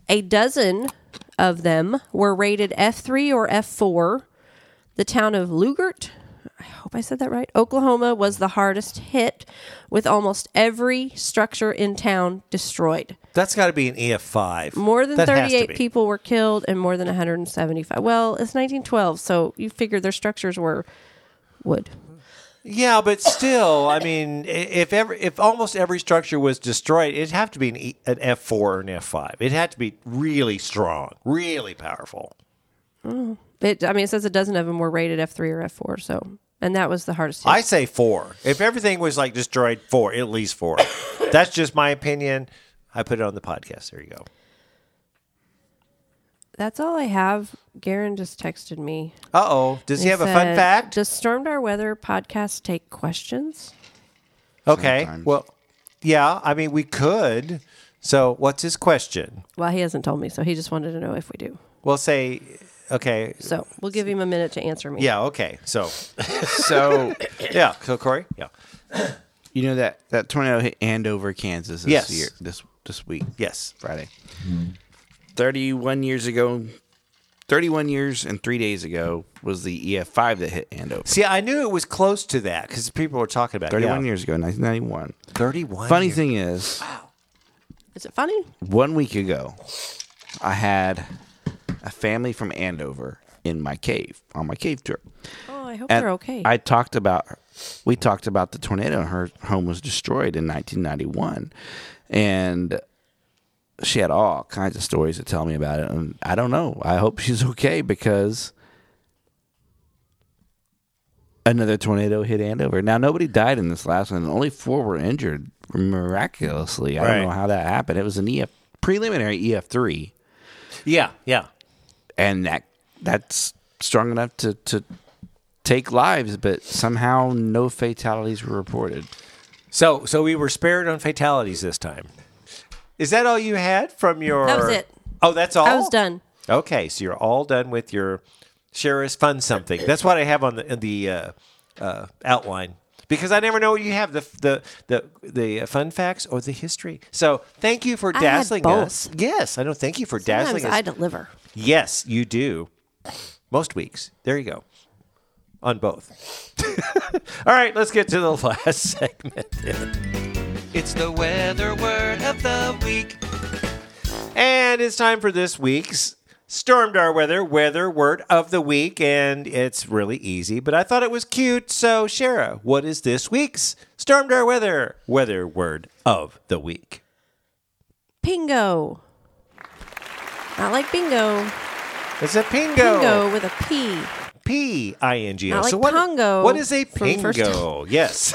Speaker 3: A dozen of them were rated F3 or F4. The town of Lugert, I hope I said that right, Oklahoma was the hardest hit, with almost every structure in town destroyed.
Speaker 1: That's got to be an EF5.
Speaker 3: More than
Speaker 1: That has to
Speaker 3: 38
Speaker 1: be.
Speaker 3: people were killed and more than 175. Well, it's 1912, so you figure their structures were wood.
Speaker 1: Yeah, but still, I mean, i- if every, if almost every structure was destroyed, it'd have to be an, e, an F4 or an F5. It had to be really strong, really powerful.
Speaker 3: It, I mean, it says a dozen of them were rated F3 or F4, so, and that was the hardest hit.
Speaker 1: I say four. If everything was like destroyed, four, at least four. That's just my opinion. I put it on the podcast. There you go.
Speaker 3: That's all I have. Garen just texted me.
Speaker 1: Uh oh. Does he have a fun
Speaker 3: said,
Speaker 1: fact?
Speaker 3: Does Stormed Our Weather podcast take questions?
Speaker 1: Okay.
Speaker 2: Sometimes.
Speaker 1: Well, yeah. I mean, we could. So, what's his question?
Speaker 3: Well, he hasn't told me, so he just wanted to know if we do.
Speaker 1: We'll say, okay.
Speaker 3: So we'll give him a minute to answer me.
Speaker 1: Yeah. Okay. So,
Speaker 2: So
Speaker 1: yeah. So, Corey? Yeah.
Speaker 2: you know that that tornado hit Andover, Kansas. This
Speaker 1: Yes.
Speaker 2: Year, this this week.
Speaker 1: Yes.
Speaker 2: Friday.
Speaker 1: Mm-hmm.
Speaker 2: 31 years ago, 31 years and three days ago was the EF5 that hit Andover.
Speaker 1: See, I knew it was close to that because people were talking about it.
Speaker 2: 31
Speaker 1: Yeah.
Speaker 2: years ago, 1991.
Speaker 1: 31.
Speaker 2: Funny
Speaker 1: years.
Speaker 2: thing is,
Speaker 3: Is it funny?
Speaker 2: one week ago, I had a family from Andover in my cave on my cave tour.
Speaker 3: Oh, I hope
Speaker 2: And
Speaker 3: they're okay.
Speaker 2: I talked about we talked about the tornado. Her home was destroyed in 1991, and she had all kinds of stories to tell me about it. And I don't know. I hope she's okay because another tornado hit Andover. Now nobody died in this last one. and Only four were injured miraculously. I
Speaker 1: Right.
Speaker 2: don't know how that happened. It was an EF preliminary EF three
Speaker 1: Yeah, yeah.
Speaker 2: and that that's strong enough to to take lives, but somehow no fatalities were reported.
Speaker 1: So, so we were spared on fatalities this time. Is that all you had from your?
Speaker 3: That was it.
Speaker 1: Oh, that's all.
Speaker 3: I was done.
Speaker 1: Okay, so you're all done with your share is fun something. That's what I have on the in the uh, uh, outline because I never know what you have the the the the fun facts or the history. So thank you for
Speaker 3: had
Speaker 1: dazzling
Speaker 3: both.
Speaker 1: us. Yes, I know. Thank you for
Speaker 3: Sometimes
Speaker 1: dazzling us.
Speaker 3: I deliver.
Speaker 1: Yes, you do. Most weeks. There you go. On both. All right, let's get to the last segment. It's the weather word of the week. And it's time for this week's Storm Door Weather Weather Word of the Week. And it's really easy, but I thought it was cute. So, Shara, what is this week's Storm Door Weather Weather Word of the Week?
Speaker 3: Pingo. Not like bingo.
Speaker 1: It's a pingo.
Speaker 3: Pingo with a P.
Speaker 1: P I N G O.
Speaker 3: Not
Speaker 1: So
Speaker 3: like
Speaker 1: what,
Speaker 3: Congo
Speaker 1: what is a
Speaker 3: from first-
Speaker 1: pingo? Yes.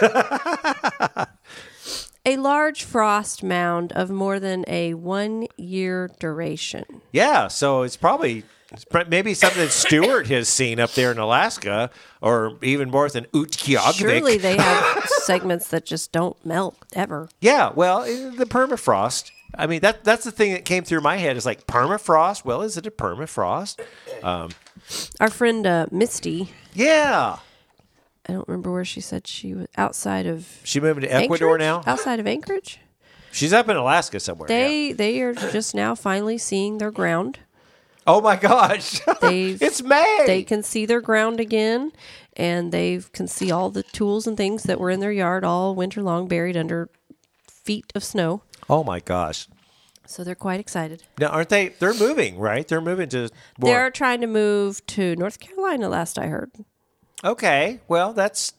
Speaker 3: A large frost mound of more than a one year duration.
Speaker 1: yeah. So it's probably it's pr- maybe something that Stewart has seen up there in Alaska, or even more than Utqiagvik.
Speaker 3: Surely they have segments that just don't melt ever.
Speaker 1: Yeah. Well, i- the permafrost. I mean that that's the thing that came through my head is like permafrost. Well, is it a permafrost?
Speaker 3: Our friend uh, Misty,
Speaker 1: Yeah.
Speaker 3: I don't remember where she said she was outside of
Speaker 1: She moving to Ecuador
Speaker 3: Anchorage?
Speaker 1: now.
Speaker 3: Outside of Anchorage,
Speaker 1: She's up in Alaska somewhere. yeah.
Speaker 3: they they are just now finally seeing their ground.
Speaker 1: Oh my gosh.
Speaker 3: They've
Speaker 1: it's May.
Speaker 3: they can see their ground again, and they can see all the tools and things that were in their yard all winter long, buried under feet of snow.
Speaker 1: oh my gosh.
Speaker 3: So they're quite excited.
Speaker 1: Now aren't they? They're moving, right? They're moving to.
Speaker 3: They're trying to move to North Carolina. Last I heard,
Speaker 1: Okay, well, that's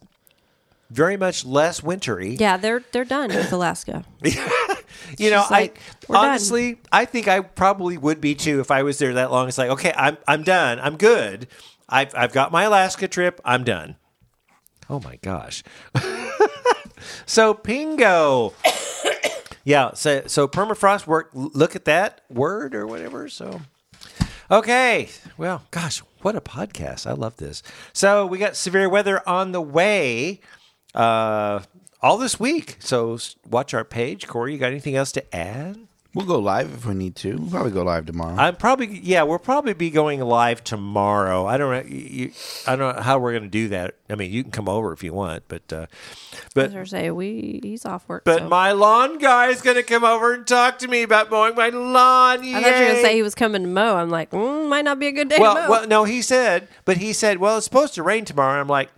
Speaker 1: very much less wintry.
Speaker 3: yeah, they're they're done with Alaska.
Speaker 1: you know,
Speaker 3: just like,
Speaker 1: I
Speaker 3: we're done.
Speaker 1: honestly, I think I probably would be too if I was there that long. It's like, okay, I'm I'm done. I'm good. I've I've got my Alaska trip. I'm done. Oh my gosh. so pingo. yeah. So so permafrost work. Look at that word or whatever. So. Okay. Well, gosh, what a podcast. I love this. So we got severe weather on the way uh, all this week. So s- watch our page. Corey, you got anything else to add?
Speaker 2: We'll go live if we need to. We'll probably go live tomorrow.
Speaker 1: I'm probably yeah. We'll probably be going live tomorrow. I don't know. You, I don't know how we're going to do that. I mean, you can come over if you want, but uh, but
Speaker 3: Thursday, we he's off work.
Speaker 1: but
Speaker 3: so.
Speaker 1: my lawn guy is going to come over and talk to me about mowing my lawn.
Speaker 3: I thought you were
Speaker 1: Yay!
Speaker 3: gonna say he was coming to mow. I'm like, mm, might not be a good day to
Speaker 1: Well,
Speaker 3: mow.
Speaker 1: well, no, he said, but he said, well, it's supposed to rain tomorrow. And I'm like,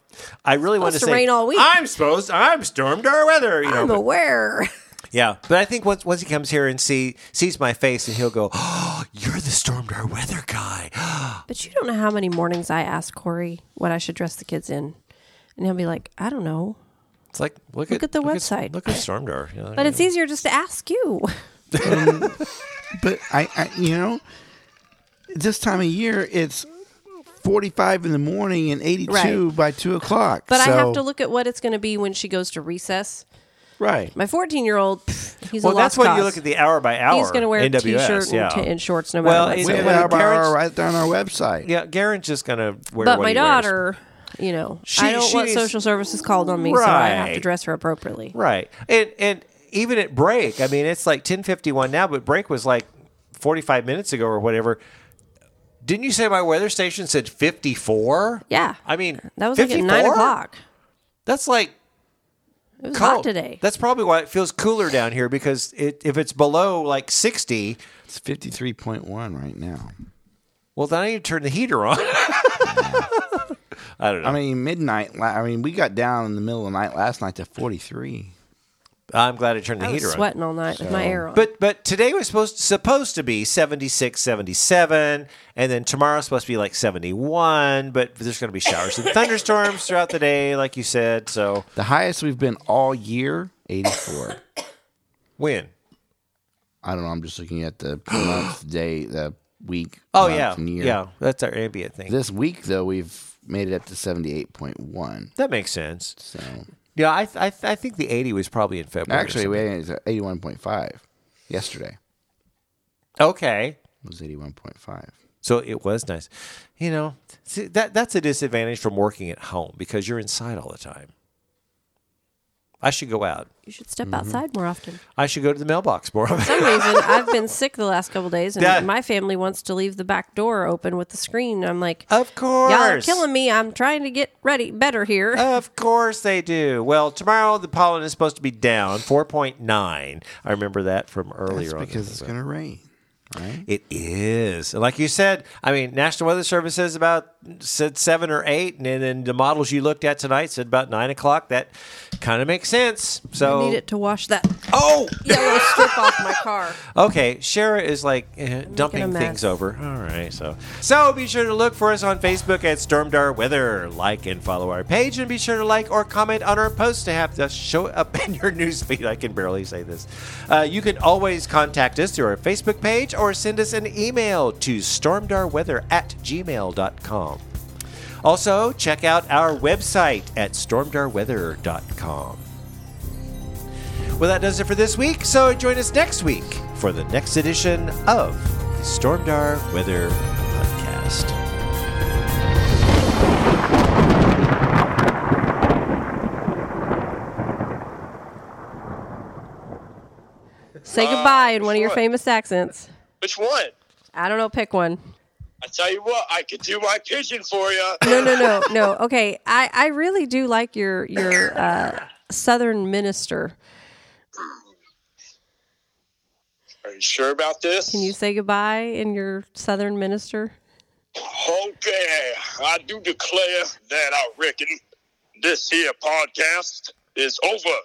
Speaker 1: I really want to
Speaker 3: Supposed
Speaker 1: say
Speaker 3: to rain all week.
Speaker 1: I'm supposed, I'm stormed our weather, you know.
Speaker 3: I'm
Speaker 1: but-
Speaker 3: aware.
Speaker 1: yeah, but I think once once he comes here and see sees my face, and he'll go, oh, you're the stormed our weather guy.
Speaker 3: But you don't know how many mornings I ask Corey what I should dress the kids in, and he'll be like, I don't know.
Speaker 1: It's like look,
Speaker 3: Look at the website.
Speaker 1: look at stormed our. you know,
Speaker 3: But it's easier just to ask you.
Speaker 2: but I, I, you know, this time of year it's forty-five in the morning and eighty-two
Speaker 3: Right.
Speaker 2: by two o'clock.
Speaker 3: But I have
Speaker 2: so-
Speaker 3: to look at what it's going to be when she goes to recess.
Speaker 2: right.
Speaker 3: My 14 year old, he's
Speaker 1: well,
Speaker 3: a
Speaker 1: that's
Speaker 3: lost
Speaker 1: when you
Speaker 3: cause.
Speaker 1: look at the hour by hour.
Speaker 3: He's going to wear a
Speaker 1: NWS,
Speaker 3: t-shirt and
Speaker 1: yeah.
Speaker 3: t- and shorts no
Speaker 1: Well,
Speaker 3: matter
Speaker 1: it-
Speaker 2: We
Speaker 3: what.
Speaker 1: it-
Speaker 2: have
Speaker 3: So-
Speaker 2: an hour by
Speaker 1: Karen's-
Speaker 2: hour right there on our website.
Speaker 1: yeah, Garen's just going to wear.
Speaker 3: but
Speaker 1: what
Speaker 3: my
Speaker 1: he wears.
Speaker 3: daughter, you know,
Speaker 1: She-
Speaker 3: I don't
Speaker 1: she
Speaker 3: want
Speaker 1: needs-
Speaker 3: social services called on me, so I have to
Speaker 1: Right.
Speaker 3: dress her appropriately.
Speaker 1: Right. And and even at break, I mean it's like 10:51 now, but break was like 45 minutes ago or whatever. Didn't you say my weather station said 54?
Speaker 3: Yeah.
Speaker 1: I mean,
Speaker 3: That was like
Speaker 1: 54?
Speaker 3: at 9 o'clock.
Speaker 1: That's like
Speaker 3: It was
Speaker 1: cold
Speaker 3: hot today.
Speaker 1: That's probably why it feels cooler down here because it, if it's below like 60,
Speaker 2: It's fifty-three point one right now.
Speaker 1: well then I need to turn the heater on. I don't know.
Speaker 2: I mean, midnight. la- I mean, we got down in the middle of the night last night to forty-three.
Speaker 1: I'm glad I turned the
Speaker 3: I was
Speaker 1: heater on.
Speaker 3: sweating all night with my air on.
Speaker 1: But but today was supposed supposed to be 76, 77, and then tomorrow's supposed to be like 71, but there's going to be showers and thunderstorms throughout the day like you said. So,
Speaker 2: The highest we've been all year, 84.
Speaker 1: when?
Speaker 2: I don't know. I'm just looking at the month, day, the week.
Speaker 1: Oh
Speaker 2: month,
Speaker 1: yeah.
Speaker 2: and year.
Speaker 1: Yeah, that's our ambient thing.
Speaker 2: This week though, we've made it up to 78.1.
Speaker 1: that makes sense.
Speaker 2: So
Speaker 1: Yeah, I th- I, th- I think the 80 was probably in February. or
Speaker 2: actually, we had it at 81.5 yesterday.
Speaker 1: something. Okay.
Speaker 2: It was 81.5.
Speaker 1: So it was nice. You know, see, that that's a disadvantage from working at home because you're inside all the time. I should go out.
Speaker 7: You should
Speaker 1: Mm-hmm.
Speaker 7: step outside more often.
Speaker 1: I should go to the mailbox more.
Speaker 3: For some reason, I've been sick the last couple days, and
Speaker 1: Dad.
Speaker 3: my family wants to leave the back door open with the screen. I'm like,
Speaker 1: of course.
Speaker 3: y'all are killing me. I'm trying to get ready, better here.
Speaker 1: Of course they do. Well, tomorrow the pollen is supposed to be down 4.9. I remember that from earlier
Speaker 2: That's
Speaker 1: on.
Speaker 2: because it's going to rain, right?
Speaker 1: It is. And like you said, I mean, National Weather Service says about said seven or eight, and then then the models you looked at tonight said about nine o'clock. That kind of makes sense. So
Speaker 3: Need it to wash that
Speaker 1: Oh,
Speaker 3: yellow strip off my car.
Speaker 1: okay. Shara is like eh, dumping
Speaker 3: mess.
Speaker 1: things over. All right, so so be sure to look for us on Facebook at Stormdar Weather. Like and follow our page, and be sure to like or comment on our posts to have us show up in your newsfeed. I can barely say this. Uh, you can always contact us through our Facebook page or send us an email to stormdarweather at gmail.com. Also, check out our website at stormdarweather.com. Well, that does it for this week, so join us next week for the next edition of the Stormdar Weather Podcast.
Speaker 3: Say goodbye in one of your famous accents.
Speaker 8: Which one?
Speaker 3: I don't know. Pick one.
Speaker 8: I tell you what, I could do my pigeon for you.
Speaker 3: No, no, no, no. Okay, I, I really do like your your uh, southern minister.
Speaker 8: Are you sure about this?
Speaker 3: Can you say goodbye in your southern minister?
Speaker 8: Okay, I do declare that I reckon this here podcast is over.